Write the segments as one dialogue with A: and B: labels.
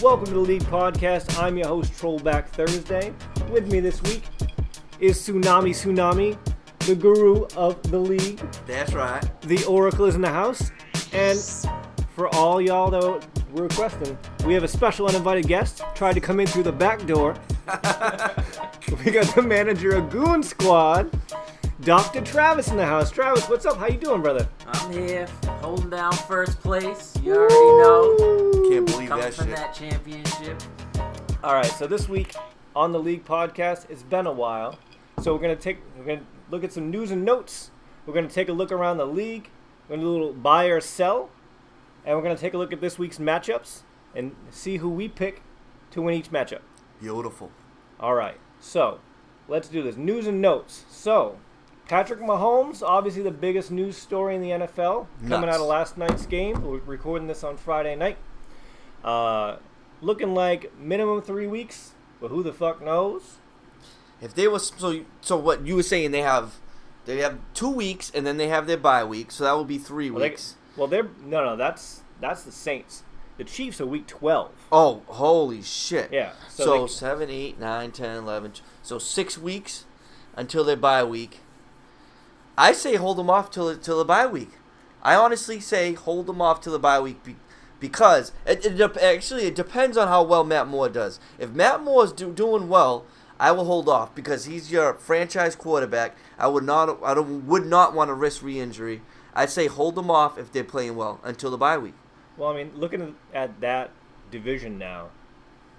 A: Welcome to the League Podcast. I'm your host, Trollback Thursday. With me this week is Tsunami Tsunami, the guru of the league.
B: That's right.
A: The Oracle is in the house. And for all y'all that were requesting, we have a special uninvited guest. Tried to come in through the back door. we got the manager of Goon Squad, Dr. Travis in the house. Travis, what's up? How you doing, brother?
C: I'm here, holding down first place. You already know.
B: Can't believe
C: Coming
B: that
C: from
B: shit.
C: that championship.
A: All right, so this week on the League Podcast, it's been a while, so we're gonna take we're gonna look at some news and notes. We're gonna take a look around the league. We're gonna do a little buy or sell, and we're gonna take a look at this week's matchups and see who we pick to win each matchup.
B: Beautiful.
A: All right, so let's do this. News and notes. So, Patrick Mahomes, obviously the biggest news story in the NFL, coming
B: Nuts.
A: out of last night's game. We're recording this on Friday night. Uh, looking like minimum three weeks, but who the fuck knows?
B: If they was so, so what you were saying, they have, they have two weeks, and then they have their bye week, so that will be three
A: Well, they-
B: weeks.
A: well, they're no, no. That's that's the Saints. The Chiefs are week twelve.
B: Oh, holy shit!
A: Yeah, so
B: So,
A: they-
B: seven, eight, nine, ten, eleven. t- So six weeks until their bye week. I say hold them off till till the bye week. I honestly say hold them off till the bye week be, because it, it dep- actually it depends on how well Matt Moore does. If Matt Moore is do, doing well, I will hold off because he's your franchise quarterback. I would not I don't, would not want to risk re-injury. I say hold them off if they're playing well until the bye week.
A: Well, I mean, looking at that division now,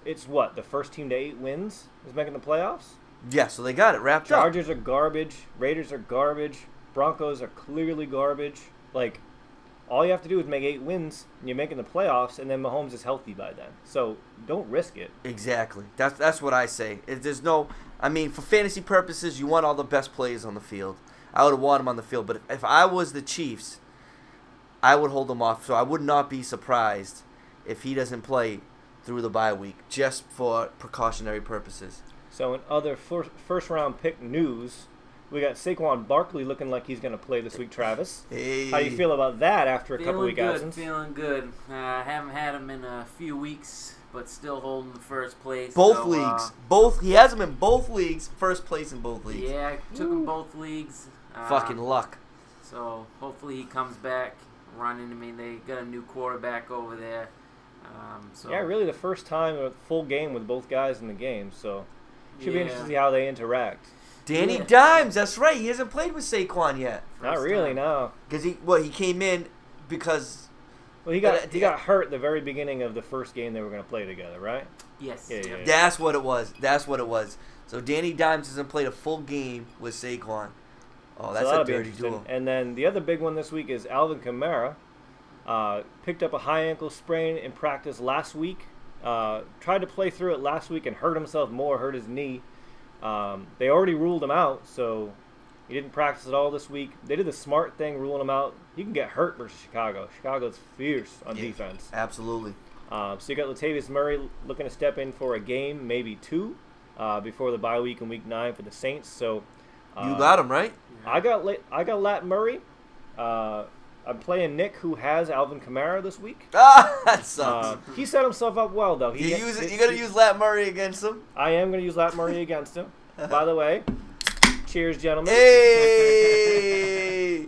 A: it's what the first team to eight wins is making the playoffs.
B: Yeah, so they got it wrapped up.
A: Chargers are garbage. Raiders are garbage. Broncos are clearly garbage. Like, all you have to do is make eight wins, and you're making the playoffs, and then Mahomes is healthy by then. So don't risk it.
B: Exactly. That's that's what I say. If there's no, I mean, for fantasy purposes, you want all the best players on the field. I would want them on the field, but if I was the Chiefs, I would hold them off. So I would not be surprised if he doesn't play through the bye week, just for precautionary purposes.
A: So in other first, first round pick news, we got Saquon Barkley looking like he's going to play this week. Travis,
B: Hey,
A: how do you feel about that after a couple
C: Feeling
A: week
C: good,
A: absence?
C: feeling good. Uh, I haven't had him in a few weeks, but still holding the first place.
B: Both
C: so, uh,
B: leagues, both he has him in both leagues, first place in both leagues.
C: yeah, I took him both leagues. Uh,
B: Fucking luck.
C: So hopefully he comes back running. I mean, they got a new quarterback over there. Um, so
A: Yeah, really the first time a full game with both guys in the game. So should be
C: Yeah.
A: interesting to see how they interact.
B: Danny
C: Yeah.
B: Dimes, that's right. He hasn't played with Saquon yet
A: Not
C: first
A: really,
C: time.
A: no.
B: because he well he came in because
A: Well, he
B: But,
A: got
B: uh,
A: he got hurt the very beginning of the first game they were going to play together, right?
C: Yes.
A: Yeah, yeah.
B: That's what it was. That's what it was. So Danny Dimes hasn't played a full game with Saquon. Oh, that's
A: that'll
B: a
A: be
B: dirty
A: interesting.
B: duel.
A: And then the other big one this week is Alvin Kamara. Uh, picked up a high ankle sprain in practice last week. Uh, tried to play through it last week and hurt himself more, hurt his knee. Um, they already ruled him out, so he didn't practice at all this week. They did the smart thing, ruling him out. You can get hurt versus Chicago. Chicago's fierce on
B: Yeah.
A: defense.
B: Absolutely.
A: Um, so you got Latavius Murray looking to step in for a game, maybe two, uh, before the bye week in week nine for the Saints. So uh,
B: You got him right.
A: I got La- I got Lat Murray. Uh, I'm playing Nick, who has Alvin Kamara this week.
B: Ah, that sucks.
A: Uh, he set himself up well, though. He
B: you
A: get-
B: use it.
A: he-
B: You gotta
A: he-
B: use Lat Murray against him.
A: I am gonna use Lat Murray against him. By the way, cheers, gentlemen.
B: Hey,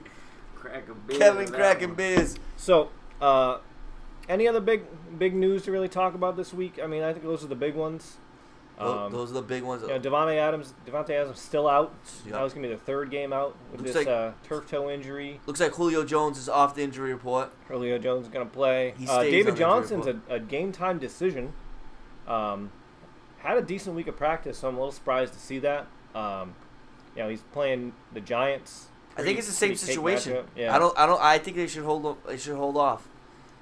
C: Crack a beer
B: Kevin
C: with that
B: cracking
C: one.
B: biz.
A: So, uh, any other big big news to really talk about this week? I mean, I think those are the big ones.
B: Tho-
A: Um,
B: Those are the big ones.
A: You know, Devontae Adams, Devontae Adams still out.
B: Yeah.
A: That was gonna be the third game out with
B: Looks
A: this
B: like-
A: uh, turf toe injury.
B: Looks like Julio Jones is off the injury report.
A: Julio Jones is gonna play.
B: He
A: Uh,
B: stays
A: David
B: on the
A: Johnson's a,
B: injury
A: a game time decision. Um, had a decent week of practice, so I'm a little surprised to see that. Um, you know, he's playing the Giants.
B: I think it's the same
A: Pretty- pretty tight
B: situation.
A: matchup. Yeah.
B: I don't. I don't. I think they should hold. o- They should hold off.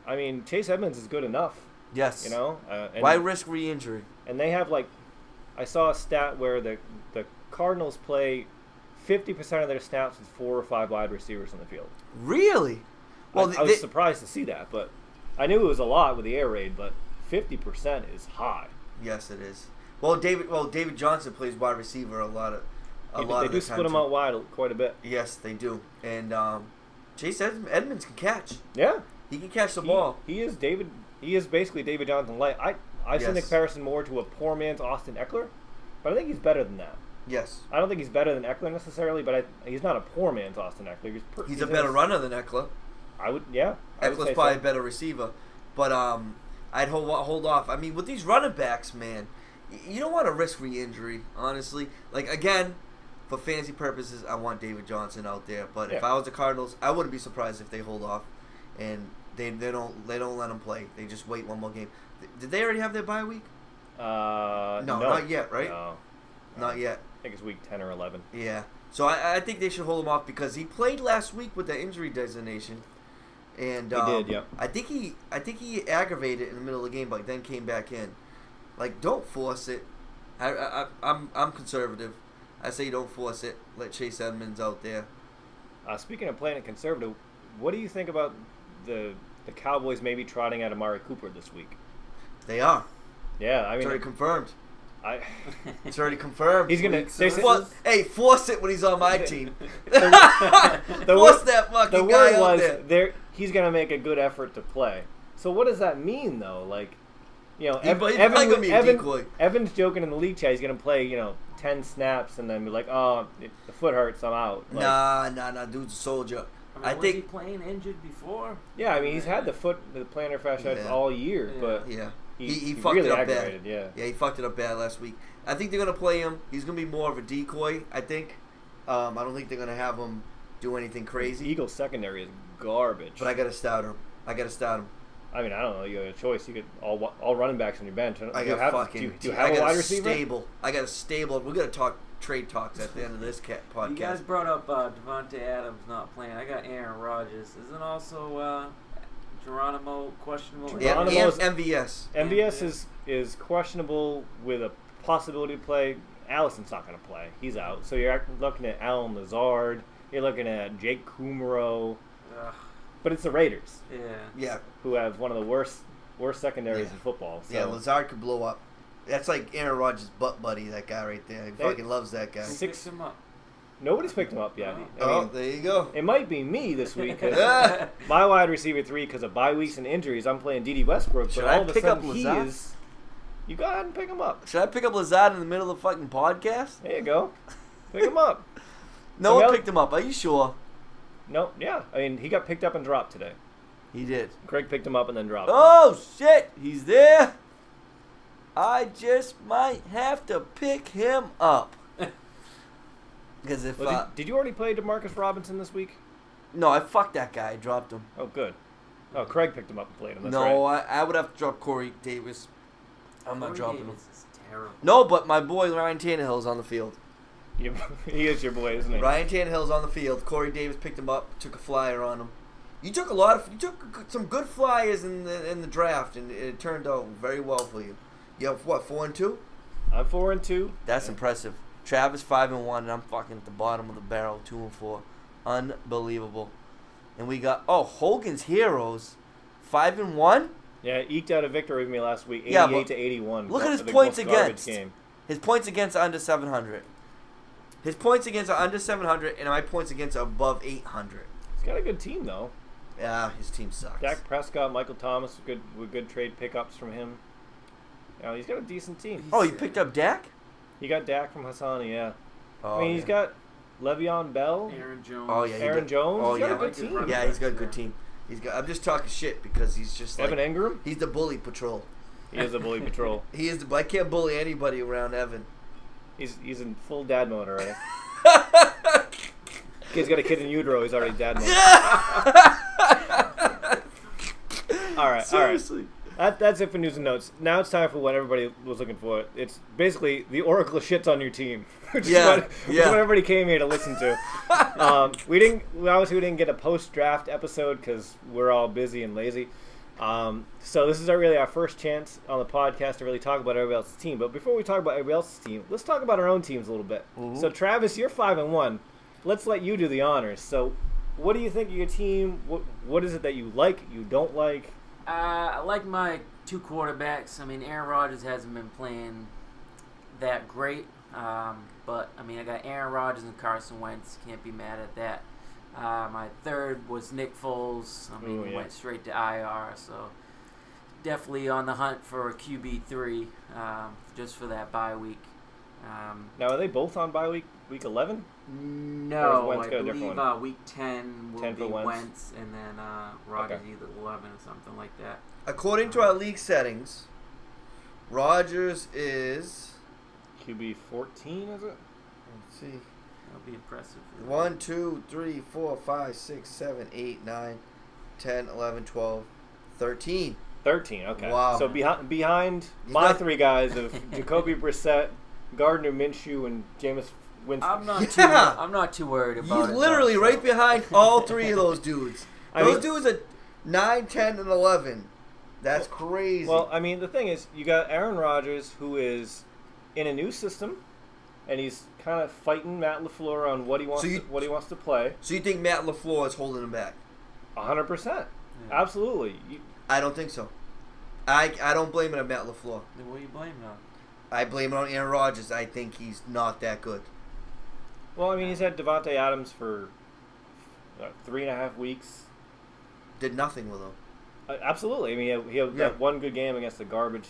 A: I mean, Chase Edmonds is good enough.
B: Yes.
A: You know. Uh, and,
B: Why risk re-injury?
A: and they have like, I saw a stat where the the Cardinals play. 50% of their snaps with four or five wide receivers on the field.
B: Really?
A: Well, I,
B: Well, th
A: I was
B: th-
A: surprised to see that, but I knew it was a lot with the air raid, but 50% is high.
B: Yes, it is. Well, David. Well, David Johnson plays wide receiver a lot of. A
A: They,
B: lot
A: they
B: of
A: do
B: the
A: split
B: time,
A: them
B: too.
A: out wide quite a bit.
B: Yes, they do. And um, Chase Ed- Edmonds can catch.
A: Yeah.
B: He can catch the
A: He,
B: ball.
A: he is David. He is basically David Johnson light. I I've seen the
B: Yes.
A: comparison more to a poor man's Austin Eckler, but I think he's better than that.
B: Yes.
A: I don't think he's better than Eckler necessarily, but I, he's not a poor man's Austin Eckler. He's, per,
B: He's a better runner than Eckler.
A: I would, yeah. I would
B: Eckler's
A: say
B: probably
A: so.
B: a better receiver, but um, I'd hold hold off. I mean, with these running backs, man, y- you don't want to risk re-injury, honestly. Like again, for fantasy purposes, I want David Johnson out there. But if
A: Yeah.
B: I was the Cardinals, I wouldn't be surprised if they hold off, and they they don't they don't let him play. They just wait one more game. Th- Did they already have their bye week?
A: Uh,
B: No, not yet, right?
A: No.
B: Not yet.
A: I think it's week 10 or 11.
B: Yeah. So I, I think they should hold him off because he played last week with the injury designation, and
A: He
B: um,
A: did, yeah.
B: I think he I think he aggravated in the middle of the game, but then came back in. Like, don't force it. I, I I- I'm I'm conservative. I say don't force it. Let Chase Edmonds out there.
A: Uh, speaking of playing it conservative, what do you think about the the Cowboys maybe trotting out Amari Cooper this week?
B: They are.
A: Yeah, I
B: It's
A: mean,
B: already confirmed.
A: I,
B: It's already confirmed.
A: he's gonna.
C: Weeks
A: They
C: of-
A: said-
B: For, hey, force it when he's on my team.
A: the
B: force
A: wor-
B: that fucking
A: the
B: guy
A: word
B: out
A: was
B: there.
A: there. He's gonna make a good effort to play. So what does that mean though? Like, you know,
B: He-
A: Ev-
B: but he's
A: Evan,
B: probably gonna be a
A: Evan-
B: decoy.
A: Evan's joking in the league chat. He's gonna play, you know, ten snaps and then be like, "Oh, it, the foot hurts. I'm out." Like,
B: Nah, nah, nah. Dude's a soldier.
C: I, mean,
B: I
C: was
B: think.
C: he playing injured before.
A: Yeah, I mean, he's had the foot, the plantar fasciitis
B: Yeah.
A: all year,
C: Yeah.
A: but
B: Yeah.
A: he,
B: He, he,
A: he
B: fucked
A: really
B: it up
A: aggravated.
B: bad.
A: Yeah.
B: Yeah, he fucked it up bad last week. I think they're gonna play him. He's gonna be more of a decoy. I think. Um, I don't think they're gonna have him do anything
A: The
B: crazy.
A: Eagles secondary is garbage.
B: But I gotta start him. I gotta start him.
A: I mean, I don't know. You had a choice. You could all wa- all running backs on your bench.
B: I
A: do you
B: got
A: have,
B: fucking.
A: do you, do you
B: I
A: have a
B: got
A: wide receiver?
B: stable. I got a stable. We're gonna talk trade talks at the end of this cat
C: You guys
B: podcast.
C: brought up uh, Devonte Adams not playing. I got Aaron Rodgers. Isn't also uh, Geronimo questionable?
B: Yeah, and
A: Geronimo's-
B: MVS.
A: MVS
C: Yeah.
A: is is questionable with a possibility to play. Allison's not going to play. He's out. So you're act- looking at Alan Lazard. You're looking at Jake Kumro.
C: Ugh,
A: But it's the Raiders
C: yeah.
B: Yeah,
A: who have one of the worst worst secondaries
B: Yeah.
A: in football. So
B: yeah. Lazard could blow up. That's like Aaron Rodgers' butt buddy. That guy right there. He
A: They-
B: fucking loves that
C: Who
B: guy.
A: Six-
C: picked him up?
A: nobody's picked him up yet. I mean,
B: Oh, there you go. Ah!
A: it might be me this week. 'cause
B: Yeah.
A: My wide receiver three because of bye weeks and injuries. I'm playing DD Westbrook,
B: Should
A: but
B: I
A: all of a
B: pick up
A: sudden he
B: Lazard?
A: is. You go ahead and pick him up.
B: Should I pick up Lazard in the middle of the fucking podcast?
A: There you go. Pick him up.
B: No
A: Mel-
B: one picked him up. Are you sure?
A: No, yeah. I mean, he got picked up and dropped today.
B: He did.
A: Craig picked him up and then dropped. him.
B: Oh shit, he's there. I just might have to pick him up. Because if
A: Well,
B: uh,
A: did, did you already play Demarcus Robinson this week?
B: no, I fucked that guy. I dropped him.
A: Oh, good. Oh, Craig picked him up and played him. That's
B: no,
A: right.
B: I, I would have to drop Corey Davis. I'm not
C: Corey
B: dropping him.
C: Davis is terrible.
B: No, but my boy Ryan Tannehill's on the field.
A: You- he is your boy, isn't he?
B: Ryan Tannehill's on the field. Corey Davis picked him up, took a flyer on him. You took a lot of you took some good flyers in the in the draft, and it turned out very well for you. You have what four and two?
A: I'm four and two.
B: That's impressive. Travis five and one, and I'm fucking at the bottom of the barrel, two and four. Unbelievable. And we got oh Hogan's Heroes, five and one.
A: Yeah, eked out a victory with me last week, 88
B: Yeah, but
A: to 81.
B: look at
A: That-
B: his
A: the
B: points
A: most garbage
B: against.
A: Game.
B: His points against are under seven hundred. His points against are under seven hundred, and my points against are above eight hundred.
A: He's got a good team though.
B: Yeah, his team sucks.
A: Dak Prescott, Michael Thomas, good with good trade pickups from him. Yeah, he's got a decent team.
B: oh, you picked up Dak.
A: He got Dak from Hassani, yeah.
B: Oh,
A: I mean, he's
B: yeah.
A: got Le'Veon Bell.
C: Aaron Jones.
B: Oh, yeah, he
A: Aaron
B: did.
A: Jones,
B: Oh,
A: he's got
B: yeah.
A: a good team.
B: yeah, he's got a good team. He's got. I'm just talking shit because he's just like
A: Evan Engram,
B: he's the bully patrol.
A: he is a bully patrol.
B: He is. The, I can't bully anybody around Evan.
A: He's he's in full dad mode already. He's got a kid in utero. He's already dad mode. All right, all right.
B: Seriously.
A: That, that's it for news and notes. Now it's time for what everybody was looking for. It's basically the Oracle shits on your team, which,
B: Yeah,
A: is, what, which is
B: yeah.
A: what everybody came here to listen to. um, we didn't. We obviously we didn't get a post-draft episode because we're all busy and lazy. Um, so this is our, really our first chance on the podcast to really talk about everybody else's team. But before we talk about everybody else's team, let's talk about our own teams a little bit.
B: Mm-hmm.
A: So Travis, you're five and one. Let's let you do the honors. So, what do you think of your team? What what is it that you like? You don't like?
C: Uh, I like my two quarterbacks. I mean, Aaron Rodgers hasn't been playing that great, um, but I mean, I got Aaron Rodgers and Carson Wentz. Can't be mad at that. Uh, my third was Nick Foles. I mean,
A: Ooh,
C: he
A: yeah.
C: went straight to IR, so definitely on the hunt for a QB three, um, just for that bye week. Um,
A: Now are they both on bye week? Week eleven?
C: no,
A: Wentz
C: I
A: got a different
C: believe
A: one?
C: uh, week ten will
A: 10 for
C: be
A: Wentz.
C: Wentz. and then uh, Rod
A: Okay.
C: is either eleven or something like that.
B: According to our league settings, Rogers is.
A: QB fourteen is it?
B: Let's see.
C: That'll be impressive.
B: 1, 2, 3, 4, 5, 6, 7, 8, 9, 10, 11, 12, 13.
A: Thirteen. Okay.
B: Wow.
A: So behind behind
B: He's
A: my
B: not-
A: three guys of Jacoby Brissett, Gardner Minshew, and Jameis Winston.
C: I'm not too.
B: Yeah.
C: I'm not too worried
B: He's
C: about it. though,
B: literally
C: so-
B: right behind all three of those dudes.
A: I
B: those
A: mean-
B: dudes are 9, 10, and 11. That's crazy.
A: Well, I mean, the thing is, you got Aaron Rodgers, who is in a new system, and he's kind of fighting Matt Lafleur on what he wants,
B: So you-
A: to, what he wants to play.
B: so you think Matt LaFleur is holding him back?
A: hundred percent,
C: Yeah.
A: absolutely. You,
B: I don't think so. I, I don't blame it on Matt LaFleur.
C: Then what are you blaming on?
B: I blame it on Aaron Rodgers. I think he's not that good.
A: well, I mean, he's had Devonte Adams for uh, three and a half weeks.
B: Did nothing with him.
A: Uh, absolutely. I mean, he had, he had
B: Yeah.
A: that one good game against the garbage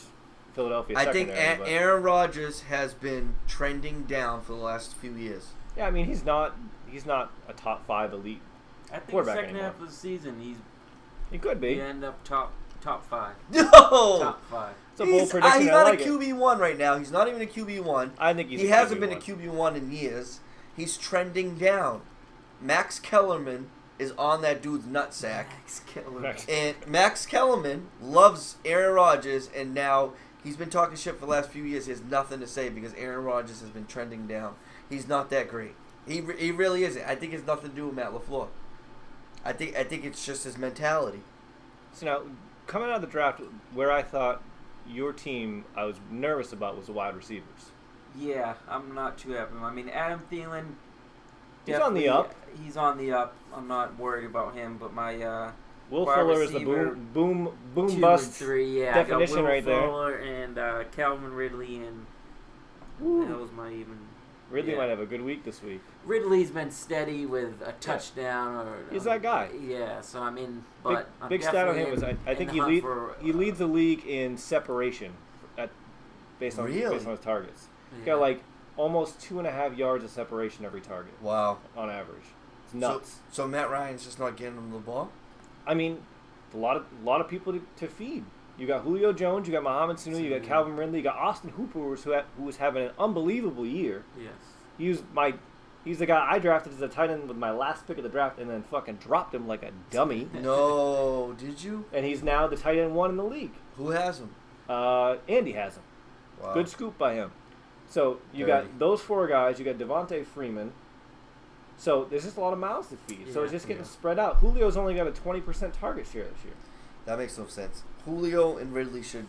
A: Philadelphia.
B: I think
A: secondary,
B: A-
A: but-
B: Aaron Rodgers has been trending down for the last few years.
A: Yeah, I mean, he's not he's not a top five elite.
C: I think the
A: Quarterback
C: second
A: anymore.
C: half of the season, he's
A: He could be.
C: he end up top top five.
B: No! Oh.
C: Top five.
A: It's a bold
B: he's, uh,
A: prediction.
B: he's
A: I
B: not
A: like
B: a
A: it.
B: QB one right now. He's not even a QB one.
A: I think he's
B: He
A: a
B: hasn't been
A: QB1.
B: a QB one in years. He's trending down. Max Kellerman is on that dude's nutsack,
C: Max Kellerman.
A: Max-
B: and Max Kellerman loves Aaron Rodgers, and now he's been talking shit for the last few years. He has nothing to say because Aaron Rodgers has been trending down. He's not that great. He, re- he really isn't. I think it's nothing to do with Matt Lafleur. I think I think it's just his mentality.
A: So now, coming out of the draft, where I thought your team I was nervous about was the wide receivers.
C: Yeah, I'm not too happy. I mean, Adam Thielen.
A: He's on the
C: definitely-
A: up.
C: He's on the up. I'm not worried about him, but my uh,
A: Will
C: Wide
A: Fuller is the
C: receiver,
A: boom boom boom
C: two
A: bust.
C: and three, yeah,
A: definition
C: I got Will
A: right there.
C: Fuller and uh, Calvin Ridley, and
A: Woo.
C: that was my even.
A: Ridley
C: yeah.
A: might have a good week this week.
C: Ridley's been steady with a touchdown or.
A: He's that guy.
C: Yeah, so I mean,
A: Big,
C: but I'm
A: big stat on
C: definitely
A: him was I,
C: in-
A: I
C: in
A: think
C: the
A: he
C: hunt
A: lead,
C: for,
A: he
C: uh,
A: leads the league in separation, at, based on
B: Really?
A: based on his targets. He's
C: yeah.
A: got like almost two and a half yards of separation every target
B: Wow.
A: on average. It's nuts.
B: So, so Matt Ryan's just not getting him the ball.
A: I mean, a lot of lot of people to, to feed. You got Julio Jones, you got Mohamed Sanu, you got
C: Sanu.
A: Calvin Ridley, you got Austin Hooper, who was, who ha- who was having an unbelievable year.
C: Yes.
A: He was my, he's the guy I drafted as a tight end with my last pick of the draft, and then fucking dropped him like a dummy.
B: No, did you?
A: and he's now the tight end one in the league.
B: Who has him?
A: Uh, Andy has him.
B: Wow.
A: Good scoop by him. So you
B: Dirty.
A: got those four guys. You got Devontae Freeman. So there's just a lot of mouths to feed. So
C: Yeah.
A: it's just getting
B: Yeah.
A: spread out. Julio's only got a 20% target share this year.
B: That makes no sense. Julio and Ridley should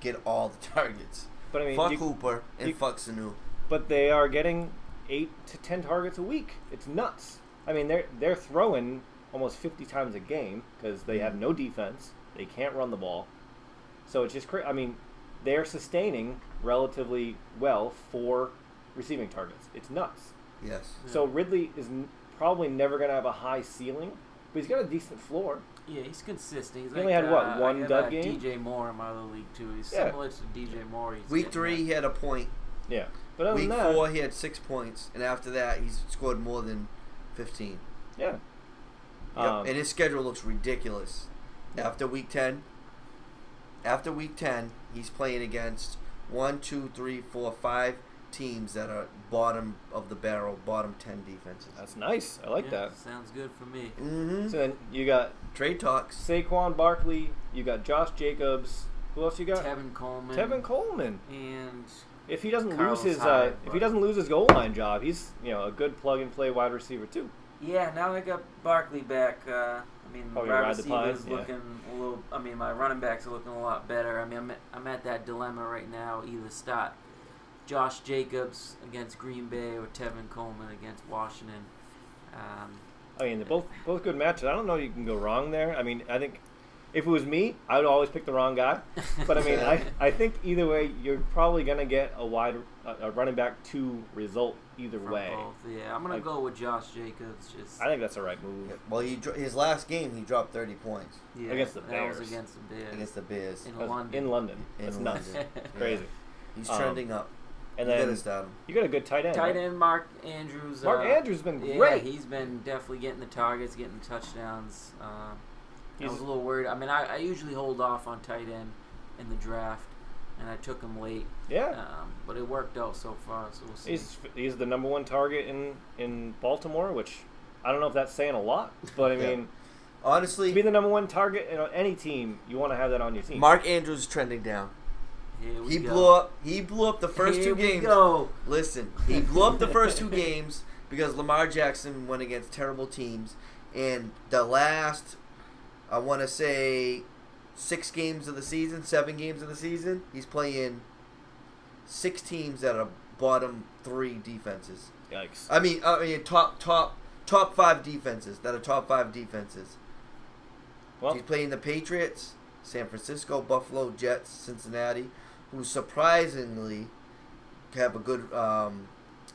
B: get all the targets.
A: But I mean,
B: fuck
A: you-
B: Hooper and
A: you-
B: fuck Sanu.
A: but they are getting eight to ten targets a week. It's nuts. I mean, they're they're throwing almost fifty times a game because they have no defense. They can't run the ball, so it's just crazy. I mean, they're sustaining relatively well for receiving targets. It's nuts.
B: Yes.
A: So Ridley is n- probably never going to have a high ceiling, but he's got a decent floor.
C: Yeah, he's consistent. He's
A: He only
C: like,
A: had, what,
C: uh,
A: one
C: I have,
A: dud
C: uh,
A: game?
C: DJ Moore in my other league too. He's
A: Yeah.
C: similar to DJ Moore. He's
B: Week
C: getting
B: three, he
C: that-
B: had a point.
A: Yeah, but other
B: Week
A: than that,
B: four, he had six points, and after that, he's scored more than fifteen.
A: yeah.
B: Yep.
A: Um,
B: and his schedule looks ridiculous.
A: Yeah.
B: After week ten, after week ten, he's playing against one, two, three, four, five teams that are bottom of the barrel, bottom ten defenses.
A: that's nice. I like
C: yeah,
A: that.
C: Sounds good for me.
B: Mm-hmm.
A: So then you got
B: Trade talks.
A: Saquon Barkley. You got Josh Jacobs. Who else you got?
C: Tevin Coleman.
A: Tevin Coleman.
C: And
A: If he doesn't
C: Carlos
A: lose his uh,
C: Hyde,
A: if he
C: but-
A: doesn't lose his goal line job, he's you know a good plug and play wide receiver too.
C: yeah, now I got Barkley back. Uh, I mean,
A: Probably
C: my
A: ride the pine,
C: receivers
A: yeah.
C: looking a little. I mean, my running backs are looking a lot better. I mean, I'm at, I'm at that dilemma right now. Either start Josh Jacobs against Green Bay or Tevin Coleman against Washington. Um,
A: I mean, they're both both good matches. I don't know you can go wrong there. I mean, I think if it was me, I would always pick the wrong guy. But I mean, I, I think either way, you're probably going to get a wide a, a running back two result either
C: for
A: way.
C: both. Yeah, I'm gonna
A: Like-
C: go with Josh Jacobs. Just
A: I think that's the right move.
B: Well, he, dro- his last game he dropped 30 points
C: yeah,
A: against the
C: that
A: Bears.
C: was against the Bears.
B: against the Bears.
C: in
A: That's-
C: London.
A: In London.
B: In
A: That's nuts.
B: London. Yeah.
A: Crazy.
B: He's
A: Um,
B: trending up.
A: And
B: you
A: then
B: gotta stop him.
A: you got a good tight end.
C: Tight
A: right?
C: end Mark Andrews.
A: Mark
C: uh,
A: Andrews has been
C: Yeah,
A: great.
C: he's been definitely getting the targets, getting the touchdowns. Uh, I
A: He's-
C: was a little worried. I mean, I, I usually hold off on tight end in the draft, and I took him late,
A: yeah.
C: um, but it worked out so far. So we'll see.
A: He's he's the number one target in in Baltimore, which I don't know if that's saying a lot, but I
B: Yeah.
A: mean, to be
B: Honestly,
A: the number one target in any team, you want to have that on your team.
B: Mark Andrews is trending down.
C: Here we
B: He
C: go.
B: blew up. He blew up the first
C: Here
B: two
C: we
B: games.
C: go.
B: Listen, he blew up the first two games because Lamar Jackson went against terrible teams, and the last, I want to say, six games of the season, seven games of the season, he's playing six teams that are bottom three defenses.
A: Yikes!
B: I mean, I mean top top top five defenses that are top five defenses.
A: Well,
B: He's playing the Patriots, San Francisco, Buffalo, Jets, Cincinnati, who surprisingly have a good um,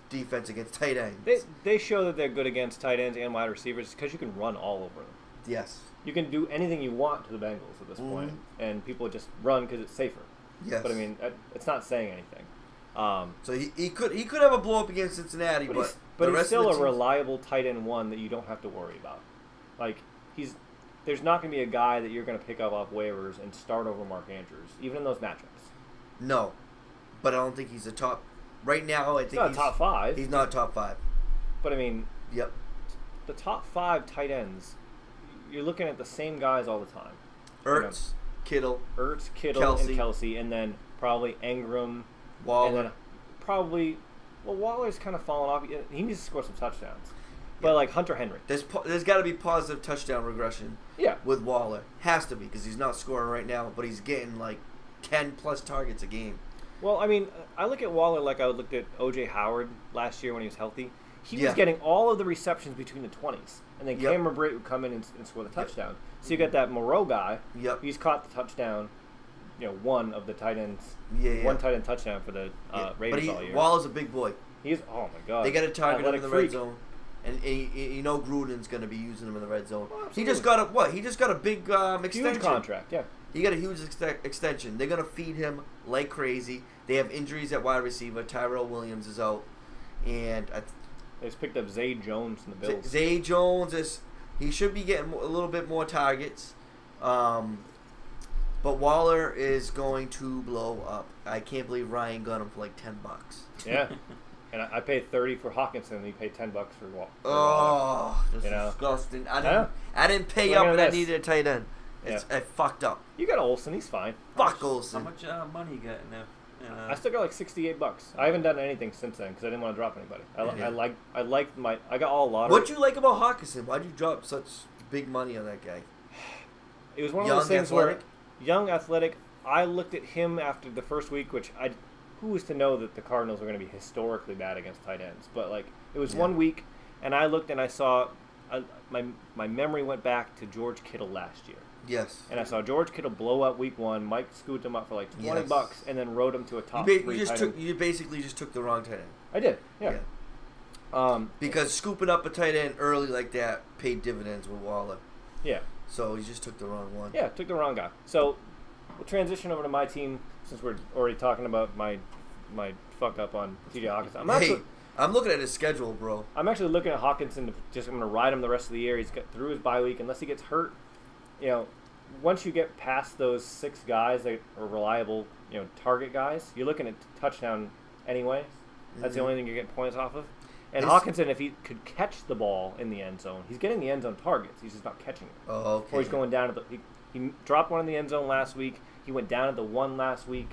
B: defense against tight ends.
A: they they show that they're good against tight ends and wide receivers because you can run all over them.
B: yes,
A: You can do anything you want to the Bengals at this point,
B: Mhm.
A: and people just run because it's safer.
B: yes.
A: But I mean, that, it's not saying anything. Um,
B: so he, he could he could have a blow up against Cincinnati,
A: but
B: but
A: he's,
B: the
A: but he's
B: rest
A: still
B: of
A: a
B: the teams-
A: reliable tight end one that you don't have to worry about. Like he's there's not going to be a guy that you're going to pick up off waivers and start over Mark Andrews, even in those matchups.
B: No, but I don't think he's a top. Right now, I
A: He's
B: think
A: not
B: he's
A: top five,
B: He's not top five.
A: but I mean,
B: Yep.
A: the top five tight ends, you're looking at the same guys all the time:
B: Ertz, Kittle,
A: Ertz, Kittle,
B: Kelsey.
A: and Kelsey, and then probably Engram, and
B: Waller.
A: then probably well Waller's kind of fallen off. He needs to score some touchdowns, but like Hunter Henry,
B: There's po- there's got to be positive touchdown regression.
A: yeah,
B: with Waller. Has to be because he's not scoring right now, but he's getting like ten plus targets a game.
A: Well, I mean, I look at Waller like I looked at OJ Howard last year when he was healthy. He
B: Yeah.
A: was getting all of the receptions between the 20s, and then
B: Yep.
A: Cameron Brate would come in and, and score the touchdown. So you got that Moreau guy.
B: Yep.
A: He's caught the touchdown, you know, one of the tight ends,
B: Yeah, yeah.
A: one tight end touchdown for the
B: Yeah,
A: uh, Raiders
B: but
A: all
B: he,
A: year.
B: Waller's a big boy.
A: He's oh my god.
B: They got to target him
A: Athletic
B: in the
A: freak.
B: red zone, and, and you- you you know Gruden's going to be using him in the red zone.
A: Oh,
B: he just
A: absolutely.
B: got a what? He just got a big um,
A: Huge
B: extension.
A: contract, yeah.
B: He got a huge ext- extension. They're going to feed him like crazy. They have injuries at wide receiver. Tyrell Williams is out, and I th-
A: They just picked up Zay Jones from the
B: Z-
A: Bills.
B: Zay Jones is he should be getting a little bit more targets, um, but Waller is going to blow up. I can't believe Ryan got him for like ten bucks.
A: yeah, and I, I paid thirty for Hawkinson, and he paid ten bucks for Wa- for Waller.
B: Oh, this
A: You
B: is
A: know.
B: disgusting. I didn't,
A: Yeah.
B: I didn't pay
A: Look
B: up
A: at
B: when I
A: this.
B: needed a tight end. It's I fucked up.
A: You got Olsen, he's fine.
C: How
B: Fuck
C: much-
B: Olsen.
C: How much uh, money you got in there? Uh,
A: I still got like sixty-eight bucks. I haven't done anything since then because I didn't want to drop anybody. I, li-
B: Yeah.
A: I like I liked my I got all lottery.
B: What'd you like about Hawkinson? Why'd you drop such big money on that guy?
A: It was one of
B: Young,
A: those things
B: athletic?
A: where young athletic. I looked at him after the first week, which I who was to know that the Cardinals were going to be historically bad against tight ends, but like it was
B: Yeah.
A: one week, and I looked and I saw I, my my memory went back to George Kittle last year.
B: Yes.
A: And I saw George Kittle blow up week one. Mike scooped him up for like twenty
B: Yes.
A: bucks, and then rode him to a
B: You,
A: top
B: ba-
A: three.
B: you just
A: tight
B: took.
A: end.
B: You basically just took the wrong tight end.
A: I did, yeah. Um,
B: Because scooping up a tight end early like that paid dividends with Waller.
A: yeah.
B: So he just took the wrong one.
A: Yeah, took the wrong guy. So we'll transition over to my team since we're already talking about my my fuck up on TJ Hawkinson. I'm
B: hey,
A: actually
B: I'm looking at his schedule, bro.
A: I'm actually looking at Hawkinson. To just I'm going to ride him the rest of the year. He's got through his bye week unless he gets hurt. You know, once you get past those six guys that are reliable, you know, target guys, you're looking at touchdown anyway. That's the only thing you're getting points off of. And
B: Is-
A: Hawkinson, if he could catch the ball in the end zone, he's getting the end zone targets. He's just not catching it
B: Oh, okay.
A: or he's going down at the. He, he dropped one in the end zone last week. He went down at the one last week,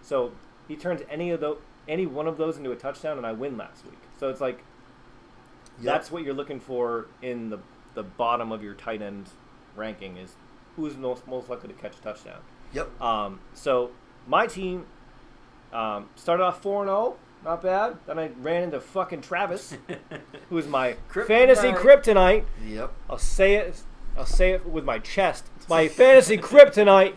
A: so he turns any of the any one of those into a touchdown, and I win last week. So it's like
B: Yep.
A: that's what you're looking for in the the bottom of your tight end ranking is who's most most likely to catch a touchdown.
B: Yep.
A: Um, so my team um, started off four and zero, not bad. Then I ran into fucking Travis, who is my fantasy kryptonite.
C: Kryptonite.
B: Yep.
A: I'll say it I'll say it with my chest. It's my fantasy kryptonite.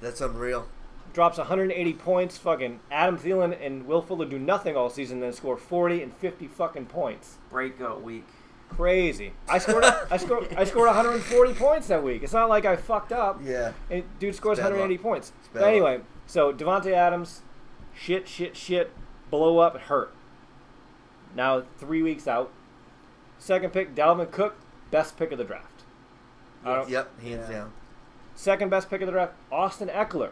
B: That's unreal.
A: Drops 180 points. Fucking Adam Thielen and Will Fuller do nothing all season, then score 40 and 50 fucking points.
C: Breakout week.
A: Crazy. I scored. I scored. I scored 140 points that week. It's not like I fucked up.
B: Yeah.
A: And dude scores
B: It's bad luck.
A: 180 points.
B: bad
A: But
B: luck.
A: anyway, so Devonte Adams, shit, shit, shit, blow up, hurt. Now three weeks out. Second pick, Dalvin Cook, best pick of the draft. I don't-
B: Yep. Hands
C: Yeah.
B: down.
A: Second best pick of the draft, Austin Eckler.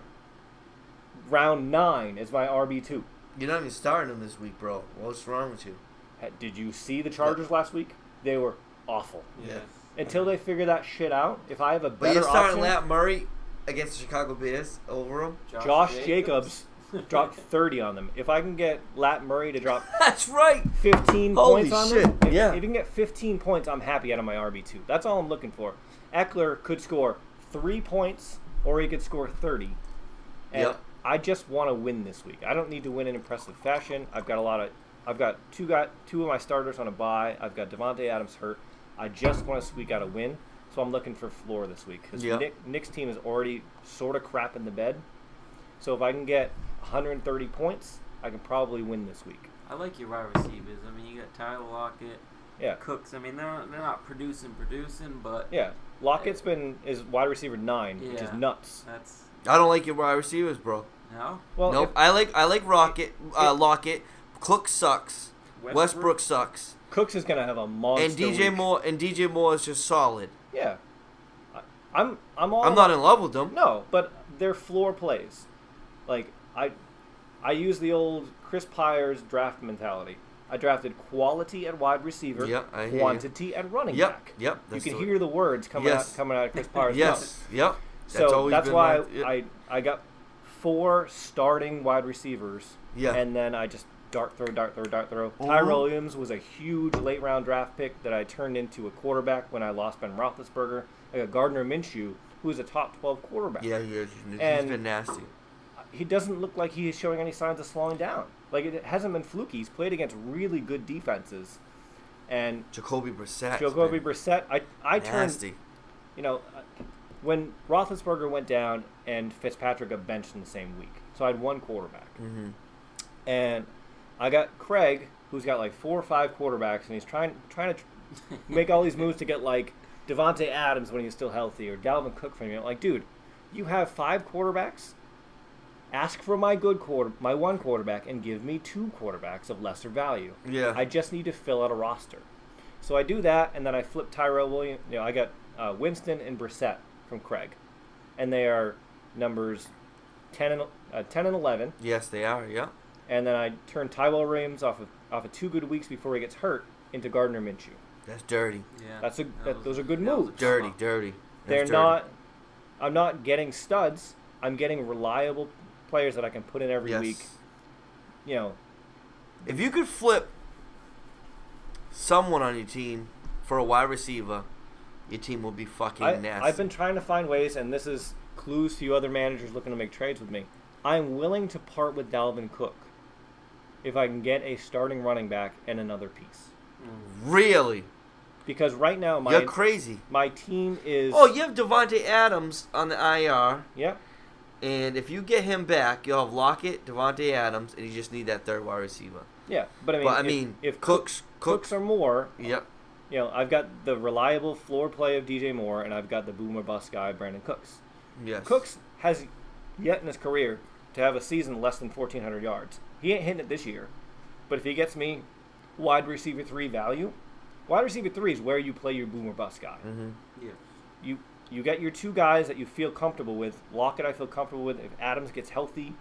A: Round nine is my RB two.
B: You're not even starting him this week, bro. What's wrong with you?
A: Did you see the Chargers last week? They were awful.
B: Yeah.
A: Until they figure that shit out, if I have a
B: But
A: better
B: you're starting
A: option,
B: Lat Murray against the Chicago Bears over him.
A: Josh Jacobs dropped 30 on them. If I can get Lat Murray to drop
B: That's right.
A: 15
B: Holy
A: points on
B: shit,
A: them, if,
B: yeah.
A: if you can get 15 points, I'm happy out of my RB2. That's all I'm looking for. Eckler could score three points or he could score 30. And
B: Yep.
A: I just want to win this week. I don't need to win in impressive fashion. I've got a lot of. I've got two got two of my starters on a bye. I've got Devonte Adams hurt. I just want to squeak out a win, so I'm looking for floor this week because
B: Yep.
A: Nick, Nick's team is already sort of crap in the bed. So if I can get 130 points, I can probably win this week.
C: I like your wide receivers. I mean, you got Tyler Lockett,
A: Yeah,
C: Cooks. I mean, they're not, they're not producing, producing, but
A: yeah. Lockett's been is wide receiver nine, which is
C: Yeah.
A: nuts.
C: that's
B: I don't like your wide receivers, bro.
C: no
A: Well,
B: nope.
A: if
B: I like I like Rocket, uh, Lockett. Cook sucks. Westbrook, sucks.
A: Cooks is gonna have a monster.
B: and DJ
A: week.
B: Moore and DJ Moore is just solid.
A: Yeah, I, I'm I'm all
B: I'm not in love with them.
A: No, but they're floor plays. Like I, I use the old Chris Pyers draft mentality. I drafted quality at wide receiver,
B: Yep, I hear you.
A: quantity at running
B: Yep,
A: back.
B: yep,
A: You
B: that's
A: can
B: the-
A: hear the words coming
B: Yes.
A: out coming out of Chris Pyers. mouth.
B: Yes. Yep.
A: So that's,
B: been
A: why
B: my- yeah.
A: I I got four starting wide receivers.
B: Yeah.
A: And then I just dart throw, dart throw, dart throw.
B: Mhm.
A: Tyrell Williams was a huge late round draft pick that I turned into a quarterback when I lost Ben Roethlisberger. I got Gardner Minshew, who is a top twelve quarterback.
B: Yeah, he is. He's
A: And-
B: been nasty.
A: He doesn't look like he is showing any signs of slowing down. Like it hasn't been fluky. He's played against really good defenses, and
B: Jacoby Brissett.
A: Jacoby Brissett. I I turned
B: Nasty.
A: you know, uh, when Roethlisberger went down and Fitzpatrick got benched in the same week, so I had one quarterback,
B: Mm-hmm.
A: and I got Craig, who's got like four or five quarterbacks, and he's trying trying to tr- make all these moves to get like Devonte Adams when he's still healthy or Dalvin Cook from you. I'm like, dude, you have five quarterbacks. Ask for my good quarter, my one quarterback, and give me two quarterbacks of lesser value.
B: Yeah.
A: I just need to fill out a roster. So I do that, and then I flip Tyrell Williams. You know, I got uh, Winston and Brissett from Craig, and they are numbers ten and uh, ten and eleven.
B: Yes, they are. Yeah.
A: And then I turn Tyrell Williams off of off of two good weeks before he gets hurt into Gardner Minshew.
B: That's dirty.
C: yeah.
A: That's a-
C: that
A: that-
C: was-
A: those are good
C: that was a
A: moves.
B: Dirty,
C: schmuck.
B: dirty. That's
A: They're
B: dirty.
A: not. I'm not getting studs. I'm getting reliable players that I can put in every
B: Yes.
A: week. You know,
B: If you could flip someone on your team for a wide receiver, your team will be fucking
A: I,
B: nasty.
A: I've been trying to find ways, and this is clues to you other managers looking to make trades with me. I'm willing to part with Dalvin Cook if I can get a starting running back and another piece.
B: really.
A: Because right now my
B: You're crazy.
A: my team is
B: Oh, you have Devonte Adams on the IR,
A: yeah
B: and if you get him back, you'll have Lockett, Devonte Adams, and you just need that third wide receiver.
A: yeah. But I mean,
B: but I
A: if,
B: mean,
A: if
B: Cooks,
A: Cooks are more,
B: Yep.
A: you know, I've got the reliable floor play of DJ Moore, and I've got the boomer bust guy Brandon Cooks.
B: Yes.
A: Cooks has yet in his career to have a season less than 1,400 yards. He ain't hitting it this year, but if he gets me wide receiver three value, wide receiver three is where you play your boom or bust guy.
B: Mm-hmm.
C: Yeah.
A: You you get your two guys that you feel comfortable with. Lockett, I feel comfortable with. If Adams gets healthy,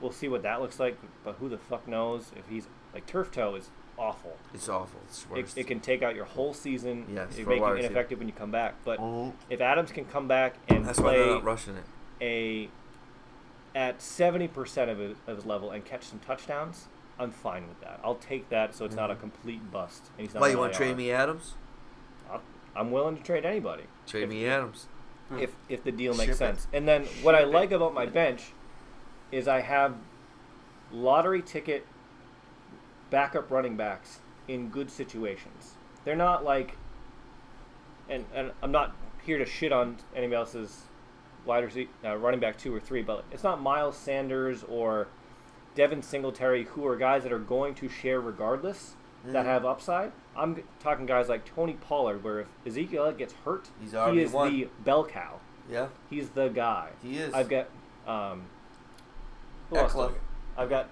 A: we'll see what that looks like. But who the fuck knows if he's like turf toe is awful.
B: It's awful. It's
A: It,
B: worse.
A: it can take out your whole season.
B: Yes,
A: it
B: for a
A: make
B: wide
A: you
B: receiver.
A: ineffective when you come back. But
B: Mhm.
A: if Adams can come back and
B: That's why
A: play
B: they're not rushing it.
A: a at 70% of his, of his level and catch some touchdowns, I'm fine with that. I'll take that so it's not a complete bust. And he's not
B: Mm-hmm. Why
A: on
B: you want
A: IR.
B: to trade me Adams?
A: I'll- I'm willing to trade anybody
B: Trade
A: If-
B: me Adams.
A: if if the deal makes
B: Ship it.
A: sense. And then what I
C: Ship it.
A: like about my bench is I have lottery ticket backup running backs in good situations. They're not like and and I'm not here to shit on anybody else's wide receiver, uh, running back two or three, but it's not Miles Sanders or Devin Singletary who are guys that are going to share regardless that have upside. I'm g- talking guys like Tony Pollard, where if Ezekiel Elliott gets hurt,
B: He's
A: he
B: already
A: is
B: won.
A: the bell cow.
B: Yeah,
A: He's the guy.
B: he is.
A: I've got um, who else do I
B: Eckler.
A: got? I've got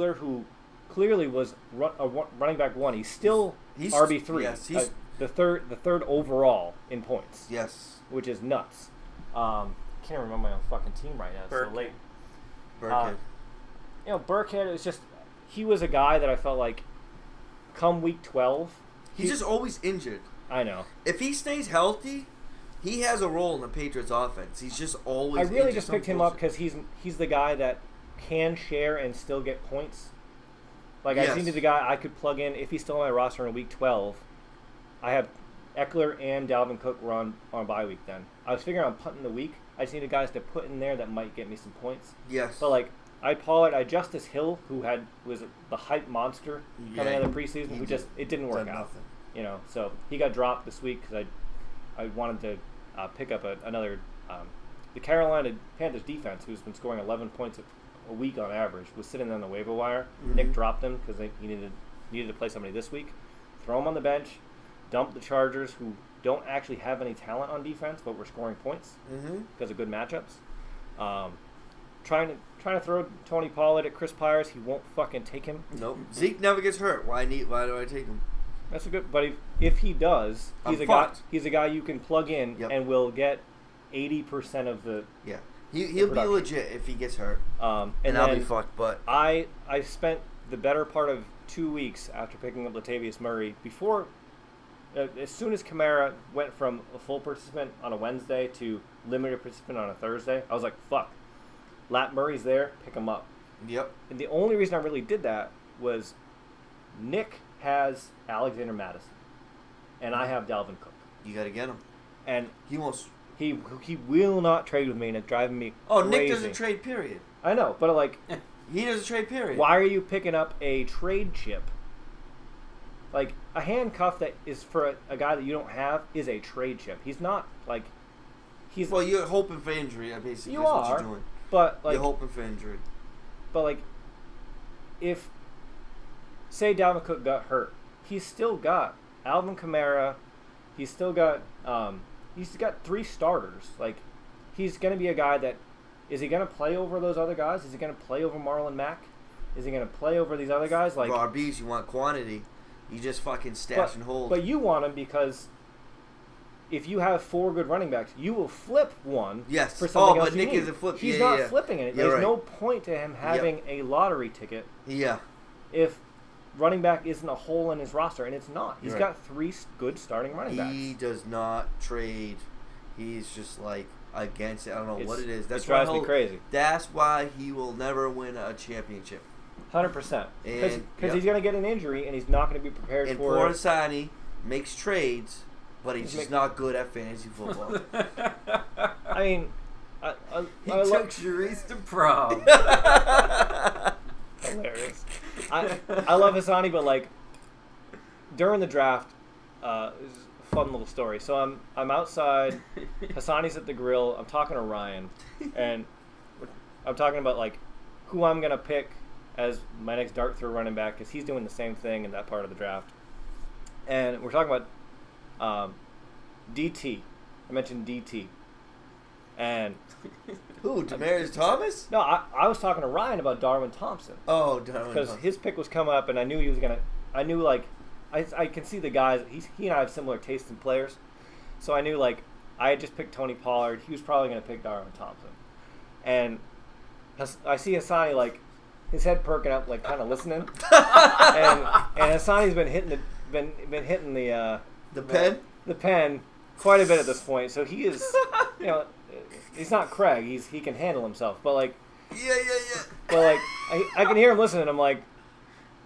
A: Eckler, who clearly was run, a run- running back one. He's still
B: He's-
A: RB three. uh,
B: yes, he's-
A: the third, the third overall in points,
B: yes.
A: which is nuts. Um, can't remember my own fucking team right now. It's so
C: Burke.
A: late. Uh,
B: Burkhead.
A: You know, Burkhead. It was just he was a guy that I felt like come week twelve.
B: he's just always injured.
A: I know.
B: If he stays healthy, he has a role in the Patriots offense. He's just always.
A: I really
B: injured.
A: just
B: Some
A: picked him up
B: bullshit.
A: because he's he's the guy that can share and still get points. Like I
B: Yes.
A: seemed to the guy I could plug in if he's still on my roster in week twelve. I have Eckler and Dalvin Cook were on on bye week. Then I was figuring on punting the week. I just needed guys to put in there that might get me some points.
B: Yes.
A: But like I Pollard, I Justice Hill, who had was the hype monster coming
B: Yeah,
A: out of the preseason,
B: he
A: who just
B: did-
A: it didn't work
B: done
A: out.
B: nothing.
A: You know, so he got dropped this week because I I wanted to uh, pick up a, another um, the Carolina Panthers defense, who's been scoring 11 points a, a week on average, was sitting on the waiver wire.
B: Mm-hmm.
A: Nick dropped him because he needed needed to play somebody this week. Throw him on the bench, dump the Chargers, who don't actually have any talent on defense, but were scoring points
B: Mm-hmm.
A: because of good matchups. Um, trying to trying to throw Tony Pollard at Chris Pyers, he won't fucking take him.
B: Nope. Zeke never gets hurt. Why need? Why do I take him?
A: That's a good. But if, if he does, he's
B: I'm
A: a
B: fucked.
A: guy. He's a guy you can plug in
B: Yep.
A: and will get eighty percent of the.
B: Yeah. He he'll be
A: production.
B: legit if he gets hurt,
A: Um,
B: and,
A: and
B: I'll
A: then
B: be fucked. But
A: I I spent the better part of two weeks after picking up Latavius Murray before. Uh, as soon as Kamara went from a full participant on a Wednesday to limited participant on a Thursday, I was like, "Fuck, Lat Murray's there, pick him up."
B: yep.
A: And the only reason I really did that was Nick has Alexander Madison, and I have Dalvin Cook,
B: You gotta get him.
A: and
B: He won't. s-
A: he he will not trade with me, and it's driving me.
B: Oh, Nick
A: crazy.
B: doesn't trade. Period.
A: I know, but like,
B: He doesn't trade. Period.
A: why are you picking up a trade chip? Like a handcuff that is for a, a guy that you don't have is a trade chip. He's not like he's
B: Well, you're hoping for injury. uh, Basically,
A: You
B: is what
A: are,
B: you're doing.
A: but like
B: you're hoping for injury.
A: But like, if say Dalvin Cook got hurt, he's still got Alvin Kamara. He's still got um, he's got three starters. Like, he's gonna be a guy that is he gonna play over those other guys? Is he gonna play over Marlon Mack? Is he gonna play over these other guys? Like,
B: For RBs, you want quantity. You just fucking stash
A: but,
B: and hold.
A: but you want him because. If you have four good running backs, you will flip one.
B: Yes.
A: For something
B: Oh, but
A: else you
B: Nick
A: need.
B: is a flip.
A: He's
B: Yeah,
A: not
B: yeah, yeah.
A: flipping it.
B: You're
A: There's
B: right.
A: no point to him having a lottery ticket
B: yeah.
A: if running back isn't a hole in his roster, and it's not. He's
B: Right.
A: got three s- good starting running backs.
B: He does not trade. He's just like against it. I don't know
A: It's-
B: what it is.
A: it
B: That's
A: drives
B: why
A: me
B: he'll-
A: crazy.
B: That's why he will never win a championship.
A: Hundred percent, because
B: And-
A: he's
B: yeah.
A: going to get an injury, and he's not going to be prepared
B: And
A: for it.
B: Portasani makes trades, but he's
A: He's make-
B: just not good at fantasy football.
A: I mean, I, I,
C: he
A: I lo-
C: took Sharice to prom.
A: hilarious. I, I love Hassani, but like during the draft, uh, this is a fun little story. So I'm I'm outside. Hassani's at the grill. I'm talking to Ryan, and we're- I'm talking about like who I'm gonna pick as my next dart throw running back because he's doing the same thing in that part of the draft. And we're talking about um, DT. I mentioned DT, and
B: Who? Demarius Thomas?
A: no, I, I was talking to Ryan about Darwin Thompson
B: Oh, Darwin
A: because
B: Thomas.
A: his pick was coming up, and I knew he was gonna. I knew like, I, I can see the guys. He's, he and I have similar tastes in players, so I knew like I had just picked Tony Pollard. He was probably gonna pick Darwin Thompson, and Hass- I see Hassani like his head perking up, like kind of listening, and and Hassani's been hitting the been been hitting the uh,
B: the pen.
A: the pen quite a bit at this point. So he is, you know, he's not Craig. He's he can handle himself, but like.
B: Yeah, yeah, yeah.
A: But like, I, I can hear him listening. I'm like,